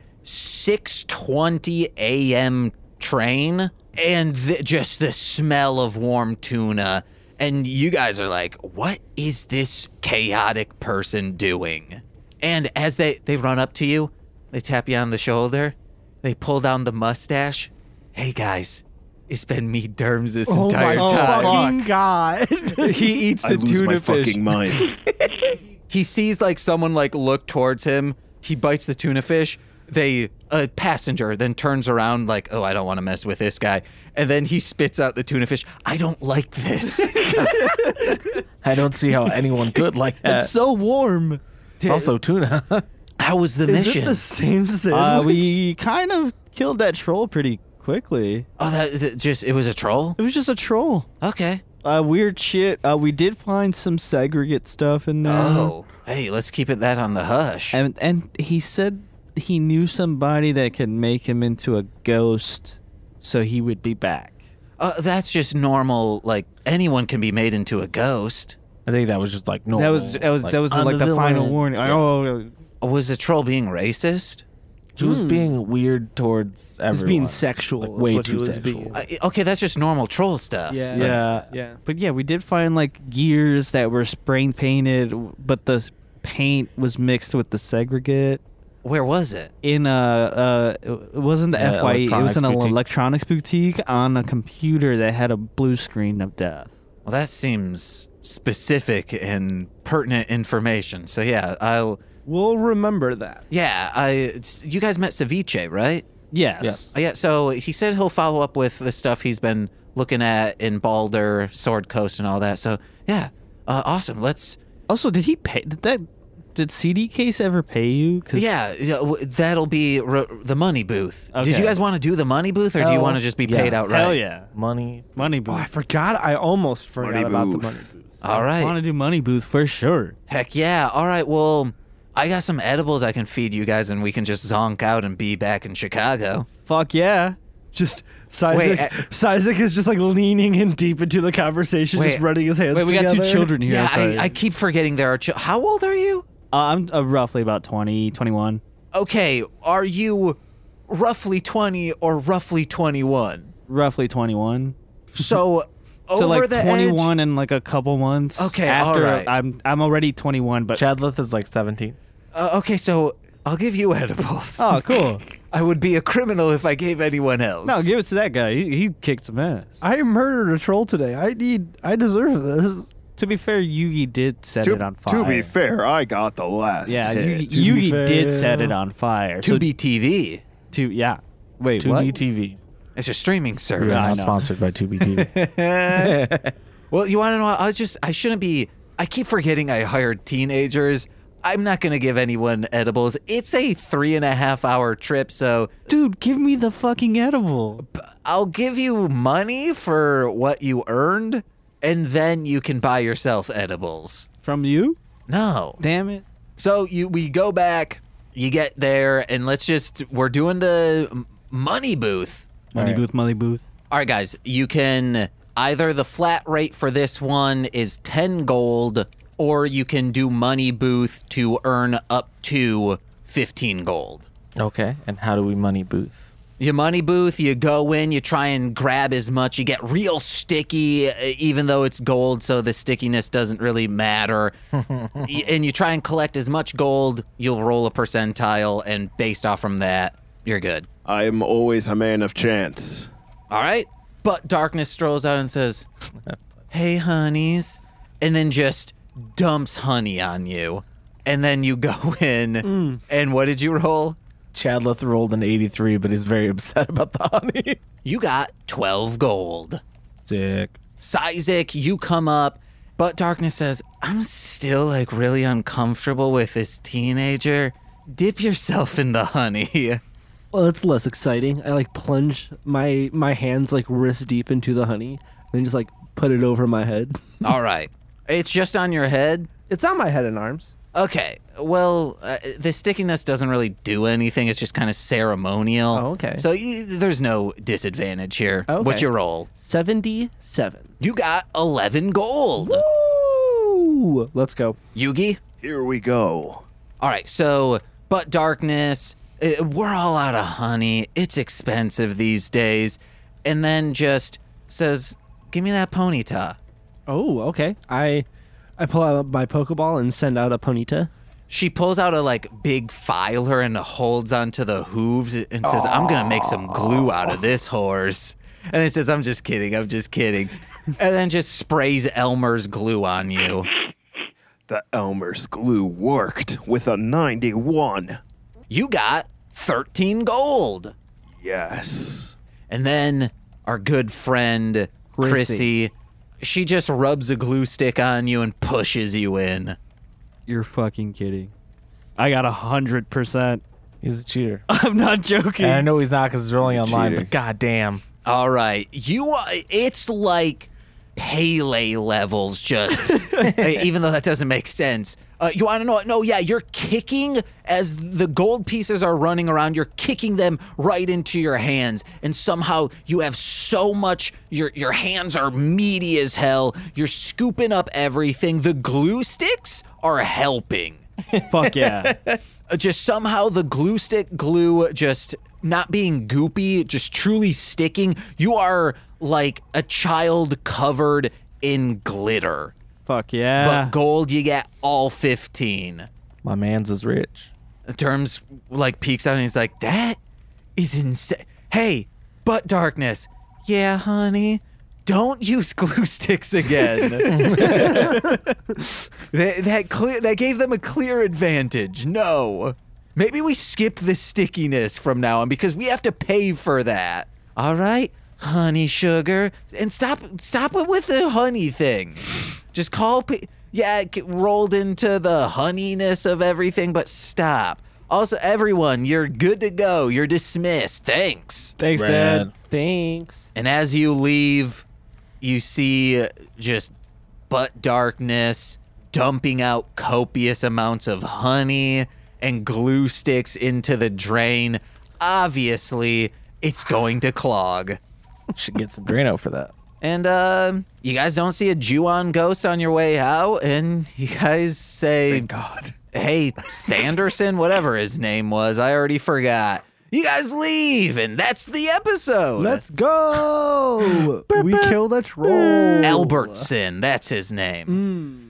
[SPEAKER 1] 6:20 a.m. train, and th- just the smell of warm tuna, and you guys are like, "What is this chaotic person doing?" And as they they run up to you, they tap you on the shoulder, they pull down the mustache. Hey guys, it's been me Derms this entire
[SPEAKER 2] my
[SPEAKER 1] time.
[SPEAKER 2] fucking
[SPEAKER 3] god.
[SPEAKER 1] He eats the
[SPEAKER 5] I lose
[SPEAKER 1] tuna
[SPEAKER 5] my
[SPEAKER 1] fish
[SPEAKER 5] fucking mind.
[SPEAKER 1] he sees like someone like look towards him. He bites the tuna fish. They a passenger then turns around like, "Oh, I don't want to mess with this guy." And then he spits out the tuna fish. "I don't like this."
[SPEAKER 4] I don't see how anyone could like that.
[SPEAKER 2] so warm.
[SPEAKER 4] also tuna.
[SPEAKER 1] How was the
[SPEAKER 3] Is
[SPEAKER 1] mission?
[SPEAKER 3] it the same thing?
[SPEAKER 2] Uh, we kind of killed that troll pretty quickly.
[SPEAKER 1] oh, that, that just it was a troll.
[SPEAKER 2] It was just a troll.
[SPEAKER 1] Okay.
[SPEAKER 2] Uh, weird shit. Uh, we did find some segregate stuff in there.
[SPEAKER 3] Uh-huh.
[SPEAKER 1] Oh, hey, let's keep it that on the hush.
[SPEAKER 2] And and he said he knew somebody that could make him into a ghost, so he would be back.
[SPEAKER 1] Uh, that's just normal. Like anyone can be made into a ghost.
[SPEAKER 4] I think that was just Oh, like no.
[SPEAKER 2] That was that was that was
[SPEAKER 4] I'm
[SPEAKER 2] like
[SPEAKER 4] a
[SPEAKER 2] the final
[SPEAKER 4] villain.
[SPEAKER 2] warning. Like, oh,
[SPEAKER 1] Was the troll being racist?
[SPEAKER 4] He was being weird towards everyone.
[SPEAKER 3] He's being sexual.
[SPEAKER 4] Like,
[SPEAKER 3] is
[SPEAKER 4] way
[SPEAKER 3] what he
[SPEAKER 4] too
[SPEAKER 3] was
[SPEAKER 4] sexual.
[SPEAKER 3] being.
[SPEAKER 1] Uh, okay, that's just normal troll stuff.
[SPEAKER 3] Yeah.
[SPEAKER 2] yeah,
[SPEAKER 3] Yeah.
[SPEAKER 2] But yeah, we did find like gears that were spray painted, but the s- paint was mixed with the segregate.
[SPEAKER 1] Where was it?
[SPEAKER 2] in a uh, it wasn't the
[SPEAKER 4] Yeah,
[SPEAKER 2] FYE. It was
[SPEAKER 4] electronics
[SPEAKER 2] in an
[SPEAKER 4] boutique.
[SPEAKER 2] electronics boutique on a computer that had a blue screen of death.
[SPEAKER 1] Well, that seems specific and pertinent information. So yeah, I'll
[SPEAKER 3] We'll remember that.
[SPEAKER 1] yeah, I it's- you guys met Ceviche, right?
[SPEAKER 2] Yes.
[SPEAKER 1] Oh, yeah, so he said he'll follow up with the stuff he's been looking at in Balder, Sword Coast, and all that. So yeah, uh, awesome. Let's
[SPEAKER 2] Also, did he pay? Did that? Did CD case ever pay you? 'Cause
[SPEAKER 1] yeah, yeah, w- that'll be r the money booth. Did
[SPEAKER 2] Okay.
[SPEAKER 1] you guys want to do the money booth, or do you
[SPEAKER 4] Oh,
[SPEAKER 1] want to just be
[SPEAKER 4] yeah.
[SPEAKER 1] paid outright?
[SPEAKER 2] Hell yeah.
[SPEAKER 4] money.
[SPEAKER 2] Money
[SPEAKER 3] Oh,
[SPEAKER 2] booth.
[SPEAKER 3] I forgot. I almost forgot
[SPEAKER 5] Money
[SPEAKER 3] about
[SPEAKER 5] booth.
[SPEAKER 3] the money booth.
[SPEAKER 1] All
[SPEAKER 2] I
[SPEAKER 1] right.
[SPEAKER 2] want to do money booth for sure.
[SPEAKER 1] Heck yeah. All right. Well, I got some edibles I can feed you guys, and we can just zonk out and be back in Chicago.
[SPEAKER 2] Fuck yeah.
[SPEAKER 3] Just Sizek,
[SPEAKER 2] uh,
[SPEAKER 1] I-
[SPEAKER 3] Sizek is just like leaning in deep into the conversation,
[SPEAKER 1] Wait.
[SPEAKER 3] just running his hands
[SPEAKER 2] Wait, we got two
[SPEAKER 3] together.
[SPEAKER 2] children here.
[SPEAKER 1] Yeah,
[SPEAKER 2] I'm
[SPEAKER 1] I,
[SPEAKER 2] sorry.
[SPEAKER 1] I keep forgetting there are. Ch- How old are you?
[SPEAKER 2] Uh, I'm uh, roughly about 20, 21.
[SPEAKER 1] Okay, are you roughly 20 or roughly 21?
[SPEAKER 2] Roughly 21.
[SPEAKER 1] So, over
[SPEAKER 2] so like
[SPEAKER 1] the
[SPEAKER 2] 21 in like a couple months.
[SPEAKER 1] Okay,
[SPEAKER 2] After
[SPEAKER 1] alright.
[SPEAKER 2] I'm I'm already 21, but
[SPEAKER 4] Chadleth is like 17.
[SPEAKER 1] edge. Uh, okay, so I'll give you edibles.
[SPEAKER 2] oh cool.
[SPEAKER 1] I would be a criminal if I gave anyone else.
[SPEAKER 2] No, give it to that guy. He, he kicked some ass.
[SPEAKER 3] I murdered a troll today. I need. I deserve this.
[SPEAKER 2] To be fair, Yugi did set
[SPEAKER 5] to,
[SPEAKER 2] it on fire.
[SPEAKER 5] to be fair, I got the last
[SPEAKER 2] yeah, Yugi,
[SPEAKER 5] hit.
[SPEAKER 3] To be
[SPEAKER 2] Yugi did
[SPEAKER 3] fair.
[SPEAKER 2] set it on fire.
[SPEAKER 1] to
[SPEAKER 2] so
[SPEAKER 1] be TV.
[SPEAKER 2] to yeah. Wait,
[SPEAKER 4] Two
[SPEAKER 2] what?
[SPEAKER 4] B TV.
[SPEAKER 1] It's a streaming service.
[SPEAKER 4] We're
[SPEAKER 2] Yeah, I
[SPEAKER 4] not
[SPEAKER 2] know.
[SPEAKER 4] sponsored by Two B TV.
[SPEAKER 1] Well, you want to know? what? I was just, I shouldn't be, I keep forgetting I hired teenagers. I'm not going to give anyone edibles. It's a three and a half hour trip, so
[SPEAKER 2] Dude, give me the fucking edible.
[SPEAKER 1] I'll give you money for what you earned, and then you can buy yourself edibles.
[SPEAKER 2] From you?
[SPEAKER 1] No.
[SPEAKER 2] Damn it.
[SPEAKER 1] So you we go back, you get there, and let's just we're doing the m- money booth.
[SPEAKER 2] Money
[SPEAKER 4] Alright.
[SPEAKER 2] booth, money booth.
[SPEAKER 1] All right, guys, you can either the flat rate for this one is ten gold, or you can do money booth to earn up to fifteen gold.
[SPEAKER 4] okay, and how do we money booth?
[SPEAKER 1] your money booth you go in you try and grab as much you get real sticky uh, even though it's gold so the stickiness doesn't really matter Y- and you try and collect as much gold you'll roll a percentile and based off from that you're good
[SPEAKER 5] I am always a man of chance.
[SPEAKER 1] all right but darkness strolls out and says hey honeys and then just dumps honey on you and then you go in and what did you roll
[SPEAKER 4] Chadleth rolled an 83, but he's very upset about the honey.
[SPEAKER 1] You got 12 gold.
[SPEAKER 4] Sick.
[SPEAKER 1] Sizek, you come up, but Darkness says, I'm still like really uncomfortable with this teenager. Dip yourself in the honey.
[SPEAKER 3] Well, that's less exciting. I like plunge my my hands like wrist deep into the honey, and then just like put it over my head.
[SPEAKER 1] All right. It's just on your head.
[SPEAKER 3] It's on my head and arms.
[SPEAKER 1] Okay. Well, uh, the stickiness doesn't really do anything. It's just kind of ceremonial.
[SPEAKER 3] Oh, okay. Oh,
[SPEAKER 1] So y- there's no disadvantage here.
[SPEAKER 3] Okay.
[SPEAKER 1] What's your roll?
[SPEAKER 3] Seventy-seven.
[SPEAKER 1] You got 11 gold.
[SPEAKER 3] Woo! Let's go.
[SPEAKER 1] Yugi?
[SPEAKER 5] Here we go.
[SPEAKER 1] All right, so but darkness, uh, we're all out of honey. It's expensive these days. And then just says, "Give me that ponyta."
[SPEAKER 3] Oh, okay. I I pull out my Pokeball and send out a Ponyta.
[SPEAKER 1] She pulls out a like big filer and holds onto the hooves and says, "I'm gonna make some glue out of this horse." And then says, "I'm just kidding. I'm just kidding." And then just sprays Elmer's glue on you.
[SPEAKER 5] The Elmer's glue worked with a 91.
[SPEAKER 1] You got 13 gold.
[SPEAKER 5] Yes.
[SPEAKER 1] And then our good friend Chrissy. she just rubs a glue stick on you and pushes you in.
[SPEAKER 2] You're fucking kidding. I got a hundred percent.
[SPEAKER 4] He's a cheater.
[SPEAKER 2] I'm not joking.
[SPEAKER 4] And I know he's not because he's rolling
[SPEAKER 5] He's a
[SPEAKER 4] online,
[SPEAKER 5] cheater.
[SPEAKER 4] but goddamn.
[SPEAKER 1] All right, you are, it's like Pele levels just eh, even though that doesn't make sense. Uh, you want to know? what? No, yeah, you're kicking as the gold pieces are running around. You're kicking them right into your hands, and somehow you have so much. Your your hands are meaty as hell. You're scooping up everything. The glue sticks are helping.
[SPEAKER 2] Fuck yeah.
[SPEAKER 1] uh, just somehow the glue stick glue just not being goopy, just truly sticking. You are like a child covered in glitter.
[SPEAKER 2] Fuck
[SPEAKER 1] But
[SPEAKER 2] yeah.
[SPEAKER 1] gold, you get all 15.
[SPEAKER 4] My man's is rich.
[SPEAKER 1] Terms like peeks out and he's like, that is insane. Hey, but darkness. Yeah, honey. Don't use glue sticks again. that, that clear that gave them a clear advantage. No. Maybe we skip the stickiness from now on because we have to pay for that. All right, honey sugar, and stop stop it with the honey thing. Just call pe- yeah, it get rolled into the honeyness of everything, but stop. Also, everyone, you're good to go. You're dismissed. Thanks.
[SPEAKER 2] Thanks, Dad.
[SPEAKER 3] Thanks.
[SPEAKER 1] And as you leave, you see just butt darkness dumping out copious amounts of honey and glue sticks into the drain. Obviously, it's going to clog.
[SPEAKER 4] Should get some Drano for that.
[SPEAKER 1] And uh, you guys don't see a Juon ghost on your way out, and you guys say,
[SPEAKER 5] Thank God.
[SPEAKER 1] hey, Sanderson, whatever his name was, I already forgot. You guys leave, and that's the episode.
[SPEAKER 3] Let's go. we kill the troll.
[SPEAKER 1] Albertson, that's his name.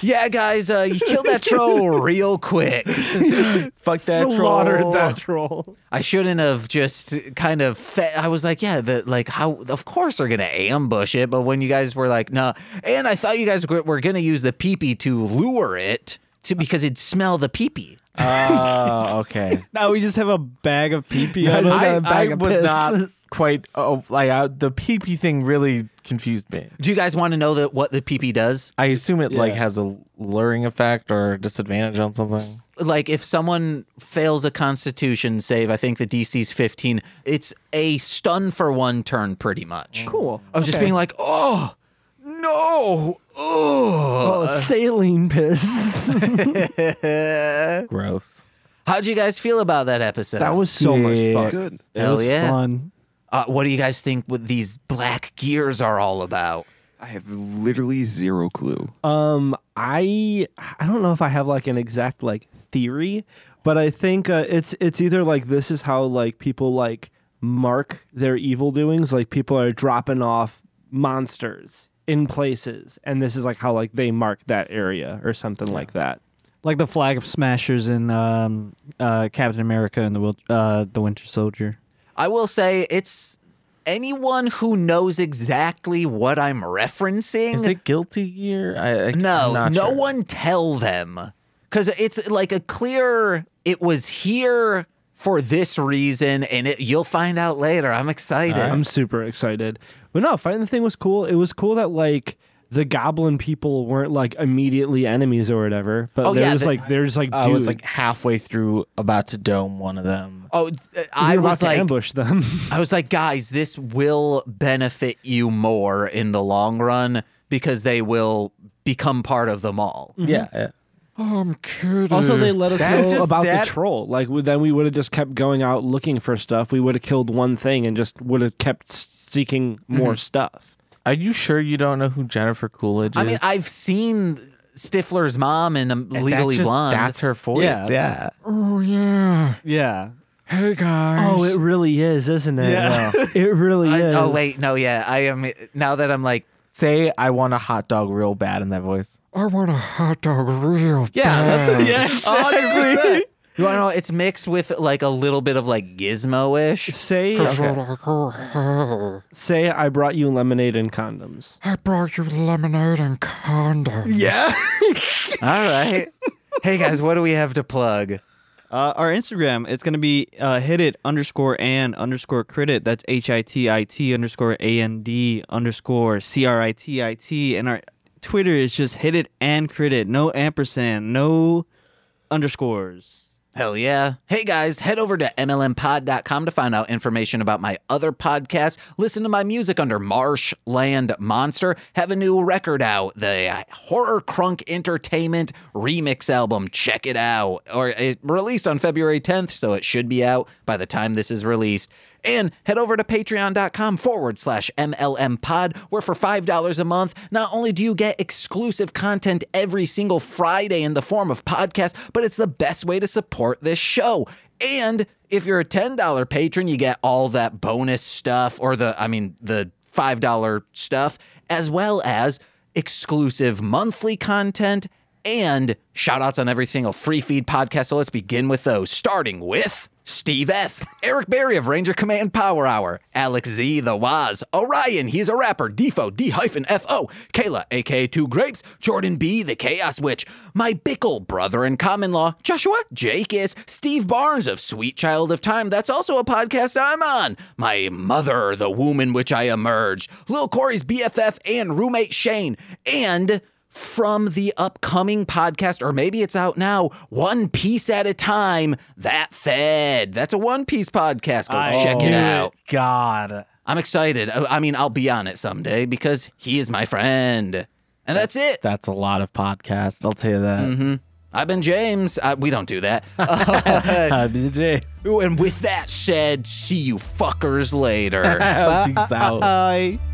[SPEAKER 1] yeah, guys, uh, you killed that troll real quick.
[SPEAKER 4] Fuck that
[SPEAKER 3] slaughtered
[SPEAKER 4] troll.
[SPEAKER 3] that troll.
[SPEAKER 1] I shouldn't have just kind of. Fe- I was like, yeah, the like how of course they're gonna ambush it, but when you guys were like, no, and I thought you guys were, were gonna use the peepee to lure it to because it'd smell the peepee.
[SPEAKER 4] Oh, okay.
[SPEAKER 2] Now we just have a bag of pee pee on
[SPEAKER 3] just
[SPEAKER 2] us.
[SPEAKER 3] got
[SPEAKER 4] I,
[SPEAKER 3] a bag
[SPEAKER 4] I
[SPEAKER 3] of
[SPEAKER 4] was
[SPEAKER 3] piss.
[SPEAKER 4] not quite. Oh, like I, the pee pee thing really confused me.
[SPEAKER 1] Do you guys want to know that what the peepee does?
[SPEAKER 4] I assume it like
[SPEAKER 2] Yeah.
[SPEAKER 4] has a luring effect or disadvantage on something.
[SPEAKER 1] like if someone fails a constitution save, I think the DC's 15, it's a stun for one turn pretty much.
[SPEAKER 3] Cool.
[SPEAKER 1] I was just being like, "Oh, no." Oh.
[SPEAKER 3] Oh, saline piss.
[SPEAKER 4] Gross.
[SPEAKER 1] How'd you guys feel about that episode?
[SPEAKER 3] that was so much fun.
[SPEAKER 5] Good.
[SPEAKER 2] It
[SPEAKER 1] Hell
[SPEAKER 2] was
[SPEAKER 1] yeah.
[SPEAKER 2] fun.
[SPEAKER 1] uh, what do you guys think what these black gears are all about?
[SPEAKER 5] I have literally zero clue.
[SPEAKER 3] Um, I I don't know if I have like an exact like theory, but I think uh, it's it's either like this is how like people like mark their evil doings, like people are dropping off monsters in places, and this is like how like they mark that area or something like that.
[SPEAKER 2] Like the flag smashers in um, uh, Captain America and the Wil- uh, the Winter Soldier.
[SPEAKER 1] I will say it's anyone who knows exactly what I'm referencing.
[SPEAKER 4] Is it guilty gear? I, I
[SPEAKER 1] No,
[SPEAKER 4] I'm not
[SPEAKER 1] no
[SPEAKER 4] sure.
[SPEAKER 1] one tell them. because it's like a clear. It was here for this reason, and it, you'll find out later. I'm excited.
[SPEAKER 3] I'm super excited. But no, fighting the thing was cool. It was cool that like the goblin people weren't like immediately enemies or whatever, but
[SPEAKER 1] Oh,
[SPEAKER 3] they're
[SPEAKER 1] yeah,
[SPEAKER 3] just
[SPEAKER 1] the-
[SPEAKER 3] like they're just like dude,
[SPEAKER 4] I was like halfway through, about to dome one of them.
[SPEAKER 1] Oh, th- I
[SPEAKER 3] you're about
[SPEAKER 1] was
[SPEAKER 3] to
[SPEAKER 1] like,
[SPEAKER 3] ambush them.
[SPEAKER 1] I was like, guys, this will benefit you more in the long run because they will become part of the mall.
[SPEAKER 4] Yeah, yeah.
[SPEAKER 6] I'm kidding.
[SPEAKER 3] also, they let us
[SPEAKER 4] That-
[SPEAKER 3] know
[SPEAKER 4] just
[SPEAKER 3] about the
[SPEAKER 4] that-
[SPEAKER 3] troll. Like we- then we would have just kept going out looking for stuff. We would have killed one thing and just would have kept s- seeking more
[SPEAKER 1] Mm-hmm.
[SPEAKER 3] stuff.
[SPEAKER 4] Are you sure you don't know who Jennifer Coolidge is?
[SPEAKER 1] I mean, I've seen Stifler's mom in um,
[SPEAKER 4] That's
[SPEAKER 1] Legally
[SPEAKER 4] just-
[SPEAKER 1] Blonde.
[SPEAKER 4] That's her voice.
[SPEAKER 2] Yeah.
[SPEAKER 4] yeah.
[SPEAKER 6] oh yeah.
[SPEAKER 2] Yeah.
[SPEAKER 6] Hey guys.
[SPEAKER 3] Oh, it really is, isn't it? it really
[SPEAKER 1] I-
[SPEAKER 3] is.
[SPEAKER 1] oh wait, no, yeah, I am. Now that I'm like,
[SPEAKER 4] Say, I want a hot dog real bad in that voice.
[SPEAKER 6] I want a hot dog real
[SPEAKER 2] Oh.
[SPEAKER 4] Yeah,
[SPEAKER 6] bad.
[SPEAKER 4] yeah, exactly.
[SPEAKER 1] you know, it's mixed with like a little bit of like Gizmo-ish.
[SPEAKER 3] Say,
[SPEAKER 6] That's what I go have.
[SPEAKER 3] say, I brought you lemonade and condoms.
[SPEAKER 6] I brought you lemonade and condoms.
[SPEAKER 4] Yeah.
[SPEAKER 1] All right. Hey guys, what do we have to plug?
[SPEAKER 2] Uh, our Instagram, it's going to be uh, hit it underscore and underscore credit. That's H I T I T underscore A N D underscore C R I T I T. And our Twitter is just hit it and credit. No ampersand, no underscores.
[SPEAKER 1] Hell yeah. Hey guys, head over to MLMpod.com to find out information about my other podcast. Listen to my music under Marshland Monster. Have a new record out, the Horror Crunk Entertainment remix album. Check it out. Or it released on February 10th, so it should be out by the time this is released. And head over to patreon.com forward slash MLM pod, where for $5 a month, not only do you get exclusive content every single Friday in the form of podcasts, but it's the best way to support this show. And if you're a $10 patron, you get all that bonus stuff or the, I mean, the $5 stuff, as well as exclusive monthly content and shout outs on every single free feed podcast. So let's begin with those, starting with Steve F., Eric Berry of Ranger Command Power Hour, Alex Z, The Waz, Orion, he's a rapper, Defo, D hyphen FO, Kayla, aka Two Grapes, Jordan B, The Chaos Witch, my Bickle brother in common law, Joshua Jake is, Steve Barnes of Sweet Child of Time, that's also a podcast I'm on, my mother, the womb in which I emerged, Lil Corey's BFF and roommate Shane, and from the upcoming podcast, or maybe it's out now, One Piece at a Time, That Fed. That's a One Piece podcast. Go check it out.
[SPEAKER 4] God.
[SPEAKER 1] I'm excited. I I mean, I'll be on it someday because he is my friend. And that's it.
[SPEAKER 4] That's a lot of podcasts. I'll tell you that.
[SPEAKER 1] Mm-hmm. I've been James. I, we don't do that. oh,
[SPEAKER 4] Uh, DJ,
[SPEAKER 1] and with that said, see you fuckers later.
[SPEAKER 4] peace out.
[SPEAKER 2] Bye.
[SPEAKER 1] Oh,